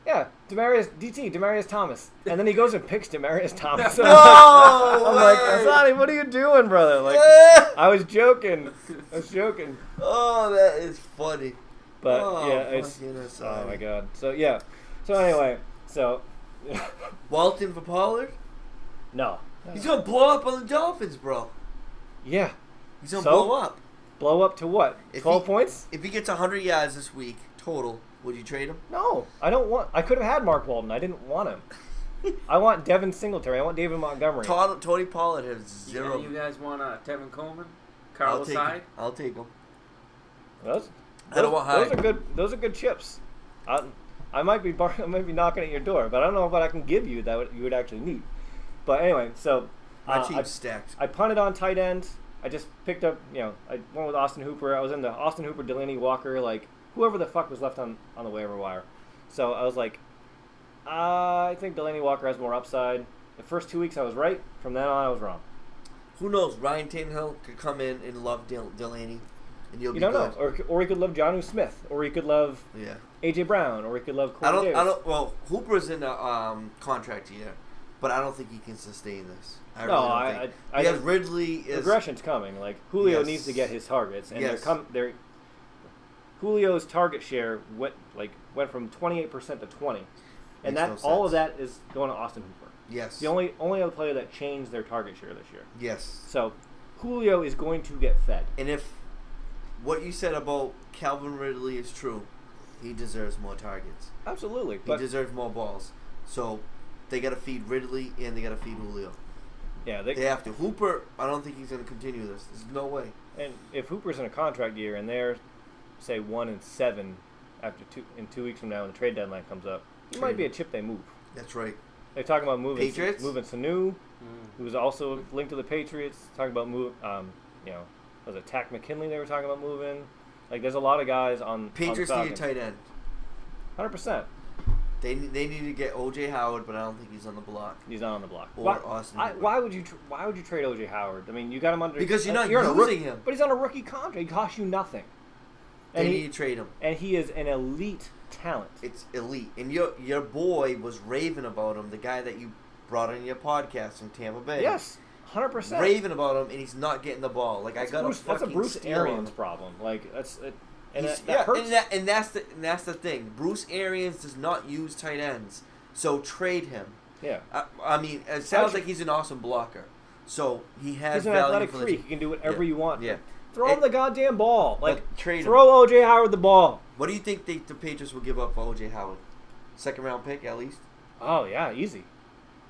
A: yeah, Demarius DT, Demarius Thomas, and then he goes and picks Demarius Thomas. I'm
B: No
A: like,
B: way.
A: Asani, what are you doing, brother? Like, I was joking. I was joking.
B: oh, that is funny.
A: But
B: Oh,
A: yeah, it's
B: fucking Hassani.
A: oh my god. So yeah. So anyway, so
B: Walton for Pollard?
A: no,
B: He's gonna blow up on the Dolphins, bro.
A: Yeah.
B: He's gonna
A: So?
B: blow up.
A: Blow up to what?
B: If
A: Twelve
B: he-
A: points?
B: If he gets 100 yards this week total, would you trade him?
A: No, I don't want. I could have had Mark Walden. I didn't want him. I want Devin Singletary. I want David Montgomery.
B: Todd, Tony Pollard has zero.
C: You guys want uh, Tevin Coleman,
B: I'll
C: Carlos
B: take
C: Hyde?
B: him. I'll take him.
A: Those,
B: I don't
A: those-
B: want
A: those
B: Hyde.
A: are good. Those are good chips. I, I might be bar- I might be knocking at your door, but I don't know what I can give you that would, you would actually need. But anyway, so
B: My
A: uh,
B: team's
A: I-
B: stacked.
A: I punted on tight end. I just picked up, you know, I went with Austin Hooper. I was in the Austin Hooper, Delaney Walker, like whoever the fuck was left on on the waiver wire. So I was like, "Uh, I think Delaney Walker has more upside. The first two weeks I was right. From then on, I was wrong.
B: Who knows? Ryan Tannehill could come in and love Del- Delaney, and you'll
A: You
B: be
A: don't
B: good.
A: know, or or he could love Johnu Smith, or he could love
B: yeah.
A: AJ Brown, or he could love. Corey
B: I don't.
A: Davis.
B: I don't. Well, Hooper's in a um, contract year, but I don't think he can sustain this. I
A: No,
B: really don't
A: I-
B: think.
A: I- I
B: because
A: think
B: Ridley is
A: regression's coming. Like Julio
B: Yes.
A: needs to get his targets, and they're
B: Yes.
A: com- they're Julio's target share went like went from twenty eight percent to twenty, and
B: Makes
A: that
B: no
A: all of
B: sense.
A: that is going to Austin Hooper.
B: Yes.
A: It's the only only other player that changed their target share this year.
B: Yes.
A: So Julio is going to get fed.
B: And if what you said about Calvin Ridley is true, he deserves more targets.
A: Absolutely,
B: He
A: but
B: deserves more balls. So they got to feed Ridley and they got to feed Julio.
A: yeah, they,
B: They have to. Hooper, I don't think he's going to continue this. There's no way.
A: and if Hooper's in a contract year and they're say one and seven after two in two weeks from now when the trade deadline comes up, it might be a chip they move.
B: That's right.
A: They're talking about moving
B: Patriots?
A: moving Sanu.
C: Mm.
A: who was also linked to the Patriots. Talking about move, um, you know, was it Tack McKinley they were talking about moving? Like, there's a lot of guys on
B: Patriots need a tight end.
A: Hundred percent.
B: They need, they need to get OJ Howard, but I don't think he's on the block.
A: He's not on the block.
B: Or
A: why,
B: Austin
A: I,
B: Hooper.
A: why would you? Tr- why would you trade OJ Howard? I mean, you got him under
B: Because you're
A: uh,
B: not
A: on a
B: using
A: rook-
B: him.
A: But he's on a rookie contract. He costs you nothing.
B: They
A: And
B: need
A: he,
B: to trade him.
A: and he is an elite talent.
B: It's elite. And your your boy was raving about him, the guy that you brought on your podcast from Tampa Bay.
A: yes, hundred percent.
B: Raving about him, and he's not getting the ball. Like
A: That's
B: I got
A: Bruce,
B: a
A: that's a
B: fucking
A: Bruce
B: steal on
A: Arians
B: him.
A: problem. Like that's it, and
B: He's-
A: that, that
B: yeah,
A: hurts.
B: and, that, and that's the and that's the thing. Bruce Arians does not use tight ends, so trade him.
A: yeah.
B: I, I mean, it sounds
A: Actually-
B: like he's an awesome blocker, so he has
A: He's an
B: value
A: athletic
B: for the
A: freak. You can do whatever
B: Yeah,
A: you want.
B: yeah.
A: Throw
B: It-
A: him the goddamn ball.
B: But
A: Like
B: trade him.
A: throw OJ Howard the ball.
B: What do you think they, the Patriots will give up for OJ Howard? Second round pick at least.
A: Oh yeah, easy.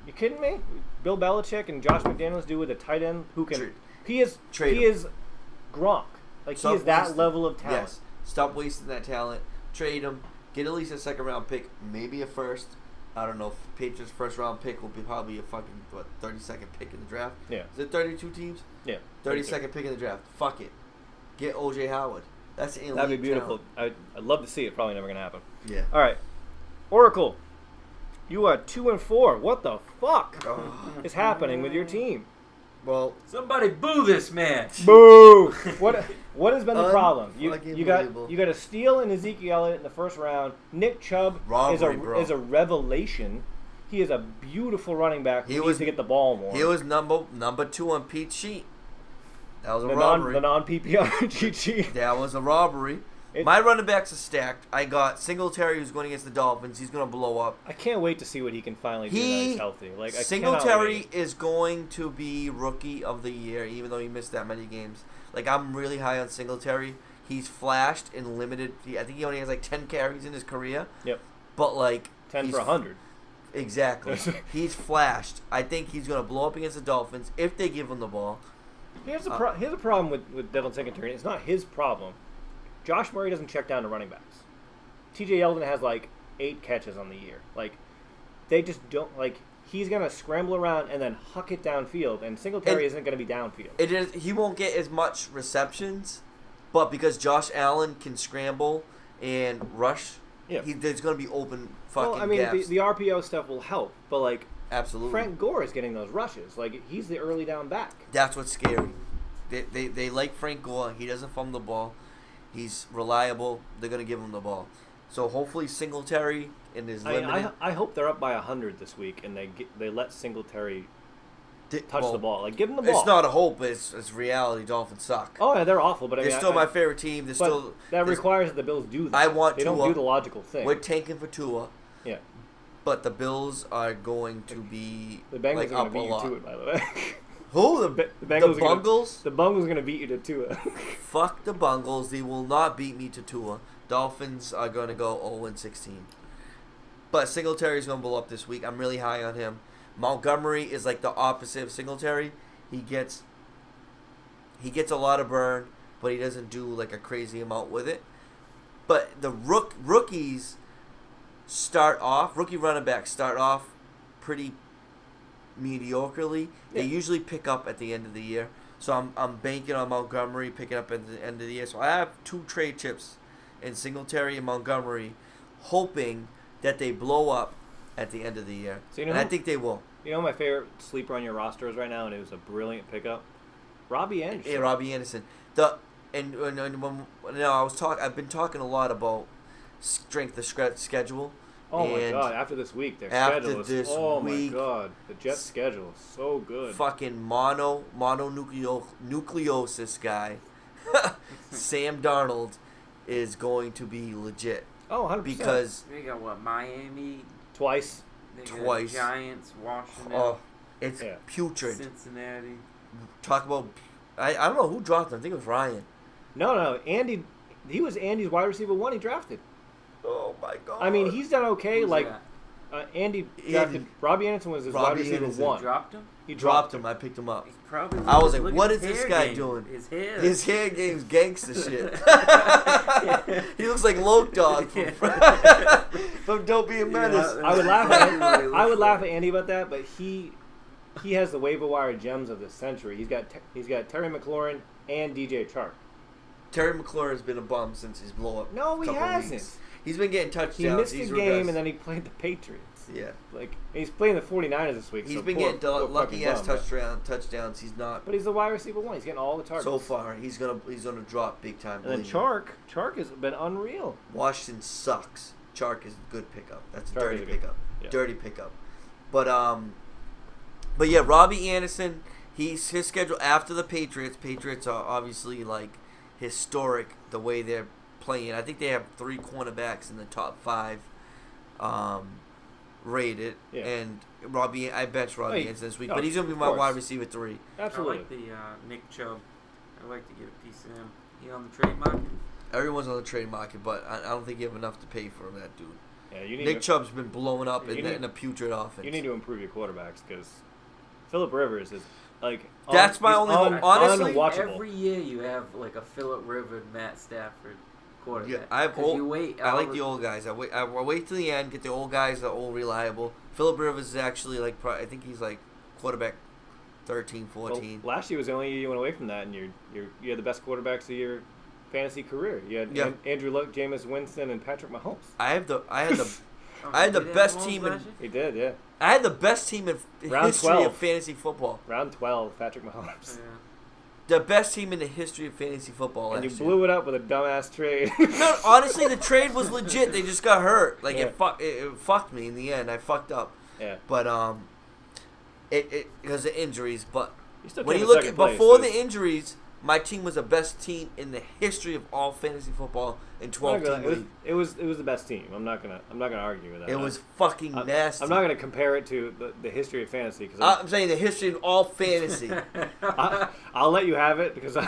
A: You kidding me? Bill Belichick and Josh McDaniels do with a tight end who can.
B: Trade-
A: He is.
B: trade
A: he
B: him.
A: is Gronk. Like
B: Stop
A: he is that
B: wasting-
A: level of talent.
B: Yes. Stop wasting that talent. Trade him. Get at least a second round pick, maybe a first. I don't know. Patriots first round pick will be probably a fucking what thirty second pick in the draft.
A: Yeah.
B: Is it thirty two teams?
A: Yeah.
B: Thirty second pick in the draft. Fuck it. Get OJ Howard. That's an
A: That'd
B: elite
A: be beautiful.
B: talent.
A: I'd, I'd love to see it. Probably never gonna happen.
B: Yeah.
A: All right, Oracle. You are two and four. What the fuck
B: Oh,
A: is happening with your team?
B: well,
C: Somebody boo this man.
A: Boo! what what has been the problem? You,
B: Unfucking
A: you got
B: believable.
A: you got a steal in Ezekiel Elliott in the first round. Nick Chubb
B: Robbery,
A: is a
B: bro.
A: is a revelation. He is a beautiful running back. Who
B: He
A: needs
B: was-
A: to get the ball more.
B: he was number number two on Pete's sheet. That was a
A: the non
B: robbery.
A: the non PPR GG.
B: That was a robbery.
A: It-
B: My running backs are stacked. I got Singletary who's going against the Dolphins. He's going to blow up.
A: I can't wait to see what he can finally do. That
B: He
A: he's healthy. Like I cannot
B: Singletary
A: wait.
B: is going to be rookie of the year, even though he missed that many games. Like I'm really high on Singletary. He's flashed and limited. he- I think he only has like ten carries in his career,
A: Yep,
B: but like
A: ten
B: he's-
A: for hundred.
B: Exactly. he's flashed. I think he's going to blow up against the Dolphins if they give him the ball.
A: Here's the
B: uh,
A: pro- here's the problem with with Devin Singletary. It's not his problem. Josh Murray doesn't check down to running backs. T.J. Yeldon has like eight catches on the year. Like they just don't like. He's gonna scramble around and then huck it downfield, and Singletary
B: And-
A: isn't gonna be downfield.
B: It is he won't get as much receptions, but because Josh Allen can scramble and rush,
A: Yeah.
B: he, there's going to be open fucking
A: well, I mean, the,
B: gaps.
A: the RPO stuff will help, but like
B: Absolutely,
A: Frank Gore is getting those rushes. Like he's the early down back.
B: that's what's scary. They, they, they like Frank Gore. He doesn't fumble the ball. He's reliable. They're going to give him the ball. So hopefully Singletary and his
A: I, mean,
B: limited
A: I, I hope they're up by hundred this week, and they get, they let Singletary
B: di-
A: touch
B: well,
A: the ball. Like give him the ball.
B: It's not a hope. but It's it's reality. Dolphins suck.
A: Oh yeah, they're awful, but I
B: they're
A: mean,
B: still
A: I,
B: my
A: I-
B: favorite team. They're
A: But
B: still
A: that
B: there's-
A: requires that the Bills do that.
B: I want uh,
A: They
B: Tua.
A: don't do the logical thing.
B: We're tanking for Tua.
A: yeah.
B: but the Bills are going to be
A: The Bengals
B: like
A: are going to
B: up
A: beat
B: a
A: you
B: lot.
A: to it, by the way.
B: Who the,
A: Be-
B: the,
A: the Bengals are gonna-
B: Bungles?
A: the Bungles are going to beat you to Tua.
B: Fuck the Bungles. They will not beat me to Tua. Dolphins are going to go 0 and 16. But Singletary's going to blow up this week. I'm really high on him. Montgomery is like the opposite of Singletary. He gets he gets a lot of burn, but he doesn't do like a crazy amount with it. But the rook rookies start off rookie running backs start off pretty mediocrely. They
A: Yeah.
B: usually pick up at the end of the year. So I'm, I'm banking on Montgomery picking up at the end of the year. So I have two trade chips in Singletary and Montgomery, hoping that they blow up at the end of the year.
A: So you know
B: and I
A: who-
B: think they will.
A: you know, my favorite sleeper on your roster is right now, and it was a brilliant pickup. Robbie Anderson.
B: Yeah, Robbie Anderson. The and, and, and when, no, I was talk. I've been talking a lot about strength of scre- schedule.
A: Oh my
B: and
A: god! After this week, their
B: after
A: schedule is
B: this
A: oh
B: week-
A: my god. The Jets' schedule is so good.
B: Fucking mono mononucleo nucleosis guy, Sam Darnold, is going to be legit
A: Oh, 100
B: because
C: They got what Miami,
A: twice.
C: they got
B: Twice.
C: Giants, Washington,
B: oh, it's
A: Yeah.
B: putrid.
C: Cincinnati.
B: Talk about I, I don't know who dropped him. I think it was Ryan.
A: No, no, Andy. He was Andy's wide receiver one. He drafted.
B: Oh my god.
A: I mean, he's done okay.
C: Who's
A: like
C: that?
A: uh, Andy
B: Andy-
A: drafted. Robbie Anderson was his wide
B: Robbie
A: receiver
B: Anderson.
A: one.
C: dropped him.
A: He
B: dropped him. I picked him up.
C: He's probably.
B: I was like,
C: look at
B: what
C: his
B: is this
C: hair
B: guy
C: game.
B: doing?
C: His hair.
B: His hand game's gangster shit. he looks like Loke Dog from, from Don't Be a Menace.
C: Yeah.
A: I would laugh. At
C: Exactly what he
A: I would
C: looks
A: laugh at
C: like.
A: Andy about that, but he he has the waiver wire gems of this century. He's got Ter- he's got Terry McLaurin and DJ Chark.
B: Terry McLaurin's been a bum since his blow up.
A: No, he
B: couple
A: hasn't.
B: weeks. He's been getting touchdowns.
A: He missed
B: He's
A: a game
B: regressed.
A: and then he played the Patriots.
B: yeah,
A: Like and he's playing the 49ers this week.
B: he's
A: so
B: been
A: poor-
B: getting
A: poor
B: lucky
A: fucking
B: ass
A: bum, but-
B: touchdown touchdowns. He's not
A: But he's the wide receiver one. He's getting all the targets.
B: so far. He's gonna he's gonna drop big time.
A: And then
B: believe me.
A: Chark, Chark has been unreal.
B: Washington sucks. Chark is a good pickup. That's a
A: Chark is
B: dirty
A: a good-
B: pickup.
A: yeah.
B: Dirty pickup. But um but yeah, Robbie Anderson, he's his schedule after the Patriots. Patriots are obviously like historic the way they're playing. I think they have three cornerbacks in the top five um rated.
A: Yeah.
B: And Robbie I bench Robbie
A: Oh, he-
B: Anderson this week,
A: oh,
B: but he's gonna be
A: of
B: my wide
A: course.
B: receiver three.
A: Absolutely.
C: I like the uh, Nick Chubb. I'd like to get a piece of him. He on the trade market.
B: Everyone's on the trade market, but I, I don't think you have enough to pay for him, that dude.
A: yeah, you need
B: Nick
A: to,
B: Chubb's been blowing up in,
A: You
B: the,
A: need-
B: in a putrid offense.
A: You need to improve your quarterbacks because Philip Rivers is like un-
B: That's my
A: he's
B: only
A: un-
B: hope. Honestly,
A: unwatchable.
C: every year you have like a Philip Rivers, Matt Stafford quarterback.
B: Yeah, I have
C: 'Cause
B: old-
C: you wait
B: I
C: all
B: like the old guys. I wait. I wa- wait till the end. Get the old guys. The old reliable. Philip Rivers is actually like. Pro, I think he's like quarterback, 13,
A: Well,
B: 14.
A: last year was the only year you went away from that, and you're you're you had the best quarterbacks of your fantasy career. You had
B: Yeah.
A: An- Andrew Luck, Jameis Winston, and Patrick Mahomes.
B: I have the. I had the.
C: Oh,
B: I had the
C: did they have
B: best
C: Mahomes
B: team in-
C: last year?
A: He did, yeah.
B: I had the best team in f-
A: Round
B: history
A: 12.
B: of fantasy football.
A: Round twelve, Patrick Mahomes,
C: Yeah.
B: The best team in the history of fantasy football.
A: and you
B: last year.
A: blew it up with a dumbass trade.
B: No, honestly, the trade was legit. They just got hurt. Like
A: Yeah.
B: it, fuck, it, it fucked me in the end. I fucked up.
A: yeah,
B: But um, it it because of injuries. But
A: you still
B: when
A: came
B: you
A: in
B: look
A: second
B: at
A: place,
B: before
A: so
B: the injuries, my team was the best team in the history of all fantasy football in
A: I'm not
B: twelve
A: gonna-
B: team
A: it was,
B: league.
A: it was it was the best team. I'm not gonna I'm not gonna argue with that.
B: It was fucking
A: I'm,
B: nasty. Uh,
A: I'm not gonna compare it to the, the history of fantasy because
B: I'm saying the history of all fantasy.
A: I, I'll let you have it because I,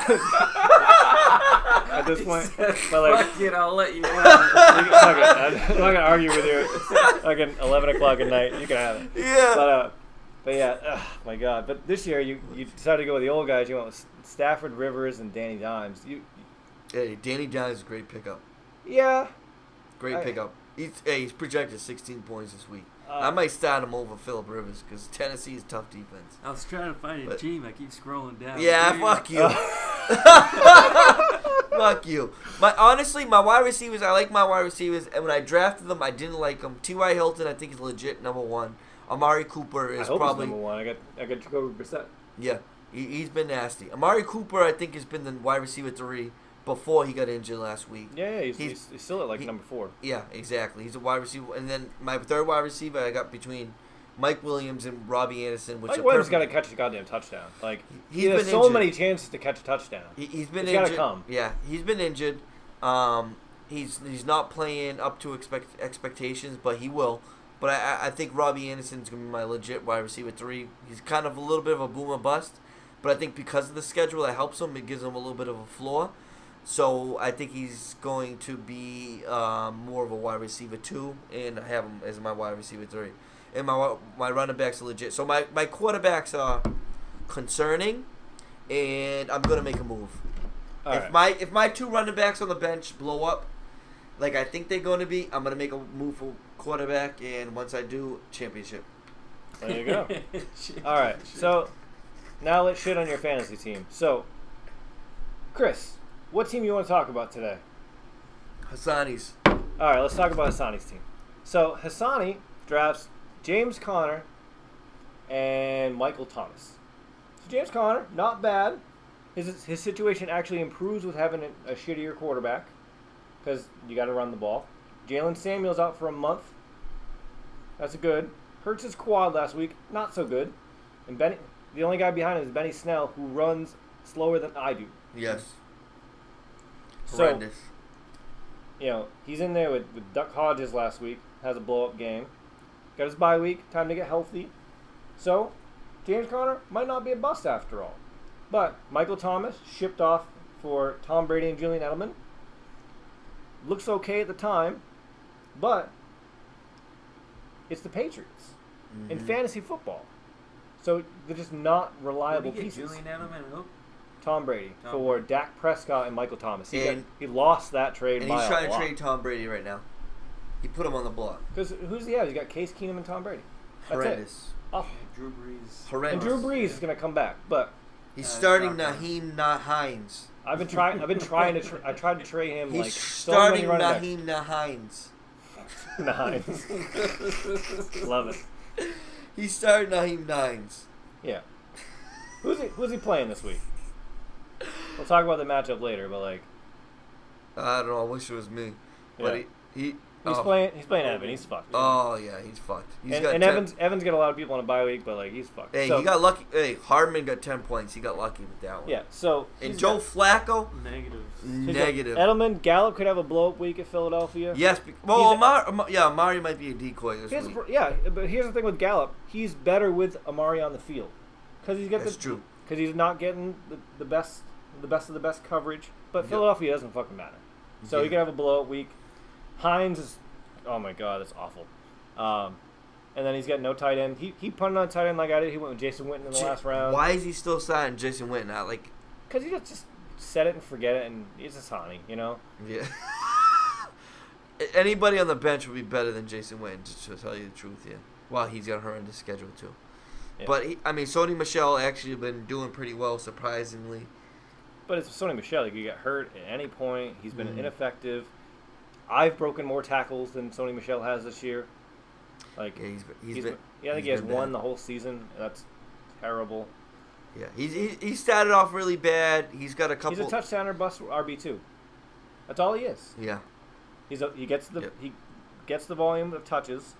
A: at this point, but like,
C: Fuck it, I'll let you have
A: I'm not gonna, I'm not gonna argue with you. It's Fucking eleven o'clock at night, you can have it.
B: yeah.
A: But uh, but yeah, ugh, my God. But this year, you you decided to go with the old guys. You went with Stafford, Rivers, and Danny Dimes. You,
B: hey, Danny Downs is a great pickup.
A: yeah,
B: Great
A: I-
B: pickup. He's, hey, he's projected 16 points this week.
A: Uh,
B: I might start him over Philip Rivers because Tennessee is tough defense.
C: I was trying to find a
B: But-
C: team. I keep scrolling down.
B: Yeah,
C: Where
B: fuck you. fuck you. My honestly, my wide receivers, I like my wide receivers, and when I drafted them, I didn't like them. T. Y. Hilton, I think is legit number one. Amari Cooper
A: I
B: is
A: hope
B: probably
A: he's number one. I got I got Jacoby Brissett.
B: yeah, he, he's been nasty. Amari Cooper, I think, has been the wide receiver three before he got injured last week.
A: Yeah, yeah he's,
B: He's-
A: he's, he's still at like
B: he-
A: number four.
B: Yeah, exactly. He's a wide receiver, and then my third wide receiver, I got between Mike Williams and Robbie Anderson, which
A: Mike
B: are
A: Williams
B: perfect.
A: got to catch a goddamn touchdown. Like
B: He's
A: he has
B: been
A: so
B: injured.
A: many chances to catch a touchdown.
B: He, he's been
A: It's gotta
B: injured.
A: come.
B: Yeah, he's been injured. Um, he's he's not playing up to expect expectations, but he will. But I, I- I think Robbie Anderson's going to be my legit wide receiver three. He's kind of a little bit of a boomer bust, but I think because of the schedule, that helps him. It gives him a little bit of a floor. So I think he's going to be um, more of a wide receiver two, and I have him as my wide receiver three. And my wi- my running backs are legit. So my, my quarterbacks are concerning, and I'm going to make a move
A: All
B: if
A: right.
B: my if my two running backs on the bench blow up, like I think they're going to be, I'm going to make a move for quarterback, and once I do, championship.
A: there you go. All right. So now let's shit on your fantasy team. So, Chris, what team you want to talk about today?
B: Hassani's.
A: All right, let's talk about Hassani's team. So Hassani drafts James Conner and Michael Thomas. So James Conner, not bad. His his situation actually improves with having a, a shittier quarterback because you got to run the ball. Jalen Samuels out for a month. That's good. Hurts his quad last week, not so good. And Benny, the only guy behind him is Benny Snell, who runs slower than I do.
B: Yes.
A: So-
B: Horrendous.
A: you know, he's in there with, with Duck Hodges last week, has a blow up game. Got his bye week, time to get healthy. So, James Conner might not be a bust after all. But Michael Thomas shipped off for Tom Brady and Julian Edelman. Looks okay at the time, but it's the Patriots in
B: Mhm.
A: fantasy football. So they're just not reliable
C: Did we get
A: pieces.
C: Julian Edelman? Oh. Who?
A: Tom Brady
C: Tom
A: for Dak Prescott and Michael Thomas. He, got-
B: And-
A: he lost that trade
B: and
A: by
B: he's
A: a
B: trying to
A: lot.
B: trade Tom Brady right now. He put him on the block.
A: Because who's he have? He's got Case Keenum and Tom Brady. That's it.
B: Horrendous.
A: Oh.
C: Drew Brees.
A: And
B: Horrendous.
A: Drew Brees is going to come back, but
B: He's
C: Uh,
B: starting
C: Brock
B: Naheem Nah Hines.
A: I've been trying. I've been trying to. Tra- I tried to trade him
B: He's
A: like so many
B: starting
A: running backs.
B: Naheem Nah Hines.
A: Nice. Love it.
B: He's starting Naheem Nines.
A: Yeah. Who's he? Who's he playing this week? We'll talk about the matchup later, but like
B: I don't know. I wish it was me,
A: Yeah.
B: but he, he he's
A: he's playing. He's playing Evan. He's fucked.
B: Oh yeah, he's fucked. He's
A: and
B: got
A: and
B: ten-
A: Evans. Evans got a lot of people on a bye week, but like he's fucked.
B: Hey,
A: so,
B: he got lucky. Hey, Hardman got ten points. He got lucky with that one.
A: Yeah. So
B: And
C: He's
B: Joe Flacco,
C: Negatives.
A: he's got
B: negative.
A: Edelman Gallup could have a blow up week at Philadelphia.
B: Yes. be- Well,
A: He's-
B: Amari, Ama- yeah, Amari might be a decoy this
A: Here's the
B: week.
A: pro- yeah, but here's the thing with Gallup. He's better with Amari on the field because he's got
B: That's
A: the
B: true.
A: because he's not getting the, the best the best of the best coverage. But
B: Yeah.
A: Philadelphia doesn't fucking matter, so
B: Yeah.
A: he can have a blowout week. Hines is oh my god, that's awful. Um, and then he's got no tight end. He he punted on tight end like I did. He went with Jason Witten in the
B: J-
A: last round.
B: Why is he still signing Jason Witten? I like,
A: Because he just just set it and forget it, and he's just honey, you know.
B: yeah. Anybody on the bench would be better than Jason Witten, to, to tell you the truth. Yeah. Well, he's got a horrendous schedule too.
A: Yeah.
B: But he, I mean, Sony Michelle actually been doing pretty well, surprisingly.
A: But it's Sony Michelle. He could get hurt at any point. He's been
B: Mhm.
A: ineffective. I've broken more tackles than Sony Michelle has this year. Like
B: Yeah, he's been. He's,
A: he's
B: been,
A: been- yeah, I think he
B: he's
A: has
B: been
A: one
B: bad.
A: the whole season. That's terrible.
B: Yeah, he's, he he started off really bad. He's got a couple.
A: He's a touchdown or bust RB two. That's all he is.
B: Yeah,
A: He's a, he gets the
B: Yep.
A: he gets the volume of touches,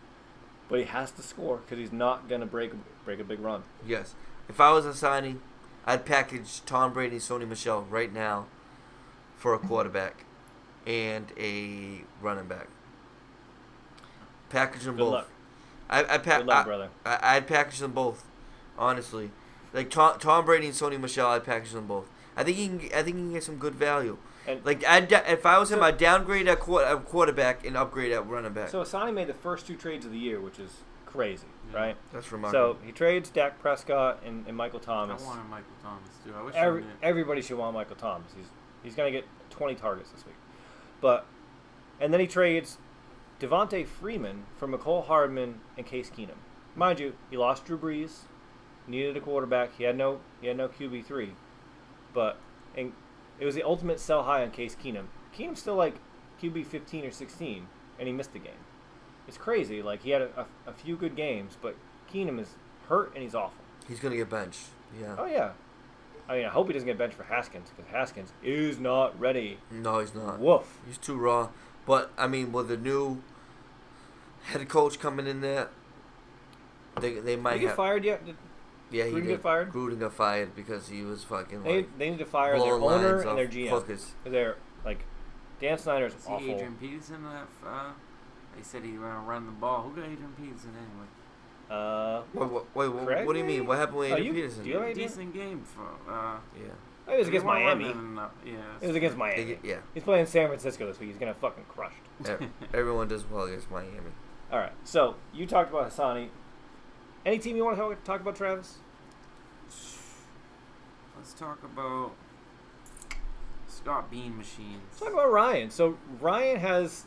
A: but he has to score because he's not gonna break break a big run.
B: yes. If I was a signing, I'd package Tom Brady, Sony Michelle right now for a quarterback and a running back. Package them
A: Good
B: both.
A: luck.
B: I I, pa-
A: Good luck,
B: I-
A: brother.
B: I I'd package them both, honestly. Like Tom, Tom Brady and Sony Michelle, I'd package them both. I think he can. I think he can get some good value.
A: And
B: Like I, if I was him,
A: So-
B: I'd downgrade at quar- at quarterback and upgrade at running back.
A: so Asani made the first two trades of the year, which is crazy,
C: Yeah.
A: right?
B: That's remarkable.
A: So he trades Dak Prescott and, and Michael
C: I
A: Thomas.
C: wanted Michael Thomas too. I wish
A: Every,
C: I knew.
A: everybody should want Michael Thomas. He's he's gonna get 20 targets this week, but and then he trades Devonte Freeman for McCole Hardman and Case Keenum. Mind you, he lost Drew Brees, needed a quarterback. He had no he had no QB three, but and it was the ultimate sell high on Case Keenum. Keenum's still like QB 15 or 16, and he missed the game. It's crazy. Like he had a, a, a few good games, but Keenum is hurt and he's awful.
B: He's gonna get benched. Yeah.
A: Oh yeah. I mean, I hope he doesn't get benched for Haskins because Haskins is not ready.
B: No, he's not.
A: Woof.
B: He's too raw. But I mean, with the new head coach coming in there, they they
A: Did
B: might
A: he get
B: have.
A: fired yet? Did-
B: Yeah, he
A: Gruden
B: did.
A: get fired?
B: Gruden got fired because he was fucking
A: They,
B: like
A: they need to fire their
B: blowing
A: owner
B: lines
A: and their
B: off
A: GM.
B: hookers.
A: They're like, Dan Snyder's
C: Is he
A: awful.
C: Adrian Peterson in that uh, They said he ran run the ball. Who got Adrian Peterson anyway?
A: Uh,
B: Wait, wait, wait, what,
A: Correct
B: do you
A: me?
B: mean? What happened with
A: Oh,
B: Adrian
A: you-
B: Peterson?
A: do you have any-
C: Decent game for. Uh,
B: yeah.
A: it was against
C: they weren't
A: Miami.
C: running enough. Yeah.
A: It was against
B: They
A: Miami.
B: get- yeah.
A: He's playing San Francisco this week. He's gonna fucking crushed.
B: E- Everyone does well against Miami.
A: All right. So you talked about Hassani. Any team you want to talk, talk about, Travis?
C: Let's talk about Scott Bean machines.
A: Let's talk about Ryan. So Ryan has,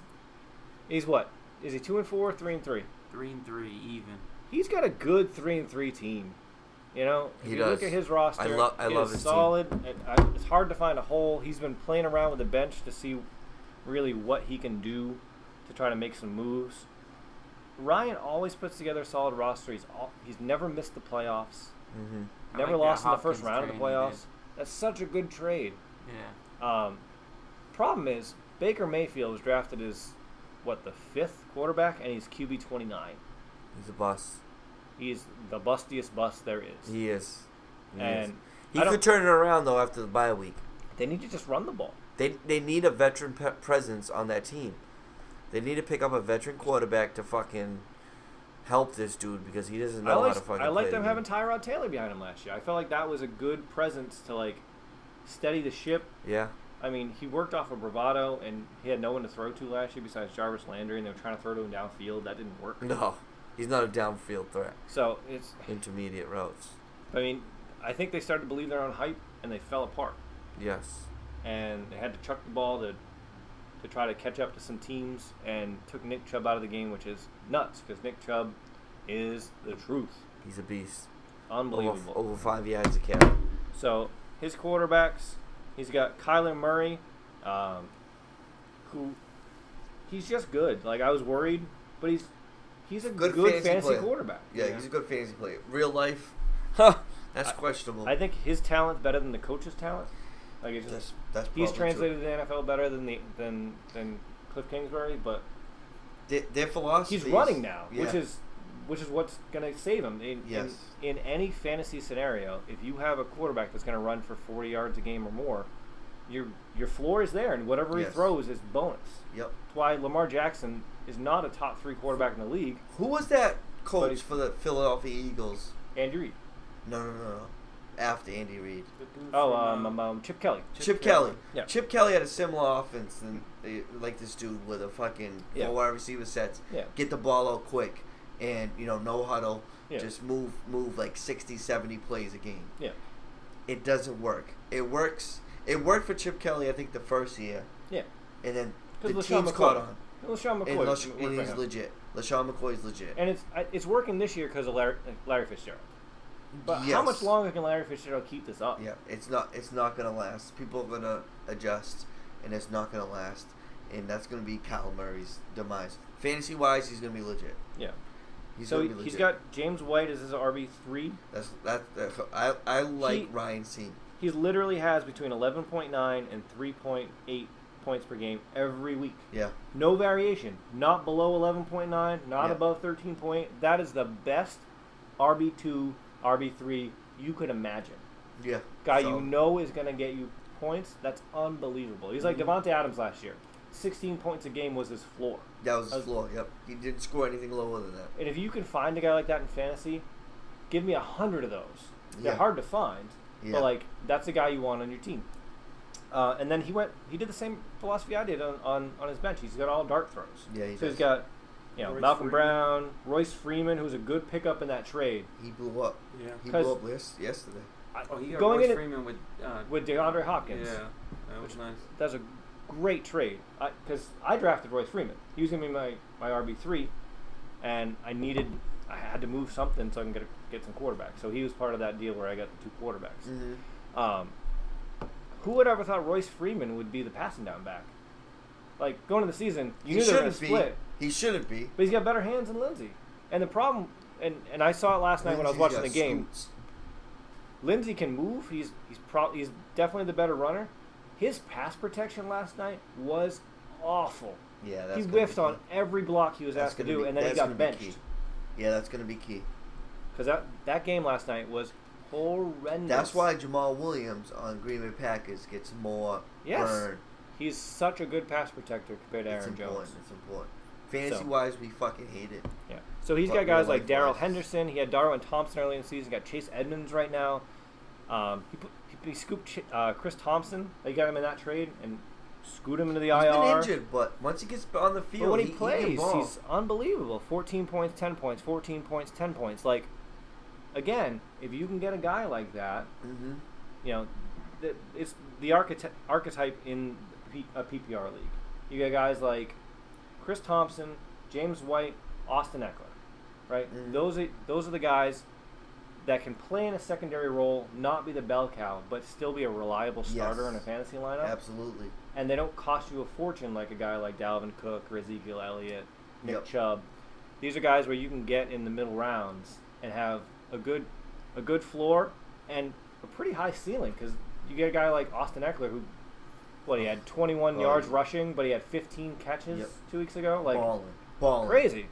A: he's what? Is he two and four, three and three?
C: three and three even.
A: He's got a good three and three team. You know, if
B: He
A: you look
B: does.
A: at his roster,
B: I lo- I
A: it
B: love
A: is
B: his team.
A: solid. It- I- it's hard to find a hole. He's been playing around with the bench to see really what he can do to try to make some moves. Ryan always puts together a solid roster. He's all, he's never missed the playoffs.
B: Mm-hmm.
C: I
A: never
C: like
A: lost
C: that
A: in the first
C: Hopkins
A: round of the
C: trade he
A: playoffs. That's such a good trade.
C: did. Yeah.
A: Um, problem is Baker Mayfield was drafted as what the fifth quarterback, and he's QB twenty nine.
B: He's a boss.
A: He's the bustiest bust there is.
B: He is. He, is.
A: and
B: he
A: I don't-
B: could turn it around though after the bye week.
A: they need to just run the ball.
B: They they need a veteran pe- presence on that team. They need to pick up a veteran quarterback to fucking help this dude because he doesn't know
A: I
B: how
A: like
B: to fucking.
A: I like
B: play
A: them
B: the
A: having
B: game.
A: Tyrod Taylor behind him last year. I felt like that was a good presence to like steady the ship.
B: yeah,
A: I mean, he worked off of bravado, and he had no one to throw to last year besides Jarvis Landry, and they were trying to throw to him downfield. That didn't work.
B: no, he's not a downfield threat.
A: So it's
B: Intermediate routes.
A: I mean, I think they started to believe their own hype, and they fell apart.
B: Yes.
A: and they had to chuck the ball to to try to catch up to some teams and took Nick Chubb out of the game, which is nuts because Nick Chubb is the truth.
B: He's a beast. Over,
A: Unbelievable.
B: over five yards a carry.
A: So his quarterbacks, he's got Kyler Murray, um, who he's just good. Like I was worried, but he's he's a good,
B: Good
A: fantasy,
B: fantasy player.
A: quarterback.
B: Yeah,
A: you know?
B: he's a good fantasy player. Real life, huh? That's
A: I-
B: questionable.
A: I think his talent's better than the coach's talent. Like it's just
B: that's that's
A: he's
B: probably true.
A: translated to the NFL better than the than than Cliff Kingsbury, but
B: Their, their philosophy.
A: he's running now, which
B: yeah.
A: is which is what's going to save him. In, in-
B: Yes.
A: in, any fantasy scenario, if you have a quarterback that's going to run for 40 yards a game or more, your your floor is there, and whatever he
B: Yes.
A: throws is bonus.
B: Yep.
A: That's why Lamar Jackson is not a top three quarterback in the league.
B: Who was that coach
A: he's-
B: for the Philadelphia Eagles?
A: Andrew Reid.
B: No, no, no, no. After Andy Reid.
C: The dude
A: Oh, um,
C: from, uh,
A: um, um, Chip Kelly.
B: Chip,
C: Chip
B: Kelly.
C: Kelly.
A: Yeah.
B: Chip Kelly had a similar offense than eh, like this dude with a fucking
A: Yeah.
B: four wide receiver sets.
A: Yeah.
B: Get the ball out quick and you know, no huddle.
A: Yeah.
B: Just move move like 60, 70 plays a game.
A: Yeah.
B: It doesn't work. It works it worked for Chip Kelly I think the first year
A: Yeah.
B: and then the
A: 'Cause
B: team's
A: LeSean McCoy.
B: caught on.
A: LaShawn
B: And,
A: McCoy.
B: LeSean-
A: worked
B: and
A: right
B: he's
A: now.
B: legit. LaShawn McCoy's legit.
A: And it's I- it's working this year because of Larry, Larry Fitzgerald. But how
B: Yes.
A: much longer can Larry Fitzgerald keep this up?
B: Yeah, it's not it's not gonna last. People are gonna adjust, and it's not gonna last, and that's gonna be Kyle Murray's demise. Fantasy wise, he's gonna be legit.
A: Yeah.
B: He's
A: so
B: gonna be legit.
A: he's got James White as his RB three.
B: that's that. that I I like
A: He-
B: Ryan Seam.
A: He literally has between 11.9 and 3.8 points per game every week.
B: Yeah,
A: No variation. Not below 11.9, not
B: Yeah.
A: above 13 point. That is the best RB2, RB3 you could imagine.
B: yeah.
A: Guy
B: So,
A: you know is going to get you points. That's unbelievable. He's like
B: Mhm.
A: Devontae Adams last year. 16 points a game was his floor.
B: That was
A: I
B: his
A: was-
B: floor. Yep, he didn't score anything lower than that.
A: And if you can find a guy like that in fantasy, give me a hundred of those. They're
B: Yeah.
A: hard to find,
B: Yeah.
A: but like that's the guy you want on your team. Uh, and then he went. He did the same philosophy I did on, on, on his bench. He's got all dart throws.
B: Yeah, he
A: so he's
B: does.
A: got, you know,
C: Royce
A: Malcolm
C: Freeman.
A: Brown, Royce Freeman, who was a good pickup in that trade.
B: He blew up.
C: Yeah.
B: He
A: 'Cause-
B: blew up yes, yesterday.
A: I-
C: Oh, he got
A: going
C: Royce
A: in
C: Freeman with uh,
A: with DeAndre Hopkins.
C: Yeah, that
A: Which-
C: was nice.
A: That's a great trade because I, drafted Royce Freeman. He was gonna be my, my RB three, and I needed I had to move something so I can get a, get some quarterbacks. So he was part of that deal where I got the two quarterbacks.
B: Mm-hmm.
A: Um, who would ever thought Royce Freeman would be the passing down back? Like going into the season, you
B: he
A: knew they were gonna
B: shouldn't be.
A: split,
B: He shouldn't be.
A: but he's got better hands than Lindsey. And the problem, and, and I saw it last night when I was watching the
B: Lindsey's got
A: game.
B: scoots.
A: Lindsey can move. He's he's pro- he's definitely the better runner. His pass protection last night was awful.
B: Yeah, that's
A: he
B: gonna be
A: whiffed on
B: key.
A: every block he was
B: That's
A: asked to
B: gonna
A: do,
B: be-
A: and then he
B: that's
A: got
B: gonna be
A: benched.
B: key. Yeah, that's gonna be key.
A: Because that, that game last night was horrendous.
B: That's why Jamal Williams on Green Bay Packers gets more
A: Yes.
B: burn.
A: he's such a good pass protector compared to
B: It's
A: Aaron
B: important.
A: Jones.
B: It's important. Fantasy
A: So-
B: wise, we fucking hate it.
A: Yeah. So he's
B: But
A: got
B: real
A: guys like
B: life
A: Daryl
B: wise.
A: Henderson. He had Darwin Thompson early in the season. Got Chase Edmonds right now. Um, he, put, he, he scooped Ch- uh, Chris Thompson. They got him in that trade and scoot him into the
B: He's
A: IR.
B: been injured, but once he gets on the field,
A: But when he,
B: he,
A: plays,
B: he can ball.
A: he's unbelievable. 14 points, 10 points, 14 points, 10 points. Like, again, if you can get a guy like that,
B: hmm
A: you know, th- it's the archety- archetype in P- a PPR league. You got guys like Chris Thompson, James White, Austin Eckler, right?
B: Mm.
A: Those are those are the guys that can play in a secondary role, not be the bell cow, but still be a reliable starter
B: Yes.
A: in a fantasy lineup.
B: Absolutely.
A: And they don't cost you a fortune like a guy like Dalvin Cook or Ezekiel Elliott, Nick
B: Yep.
A: Chubb. These are guys where you can get in the middle rounds and have a good, a good floor and a pretty high ceiling because you get a guy like Austin Eckler who, what he had 21
B: Oh,
A: yards
B: yeah.
A: rushing, but he had 15 catches
B: Yep.
A: two weeks ago, like
B: balling. Balling.
A: crazy.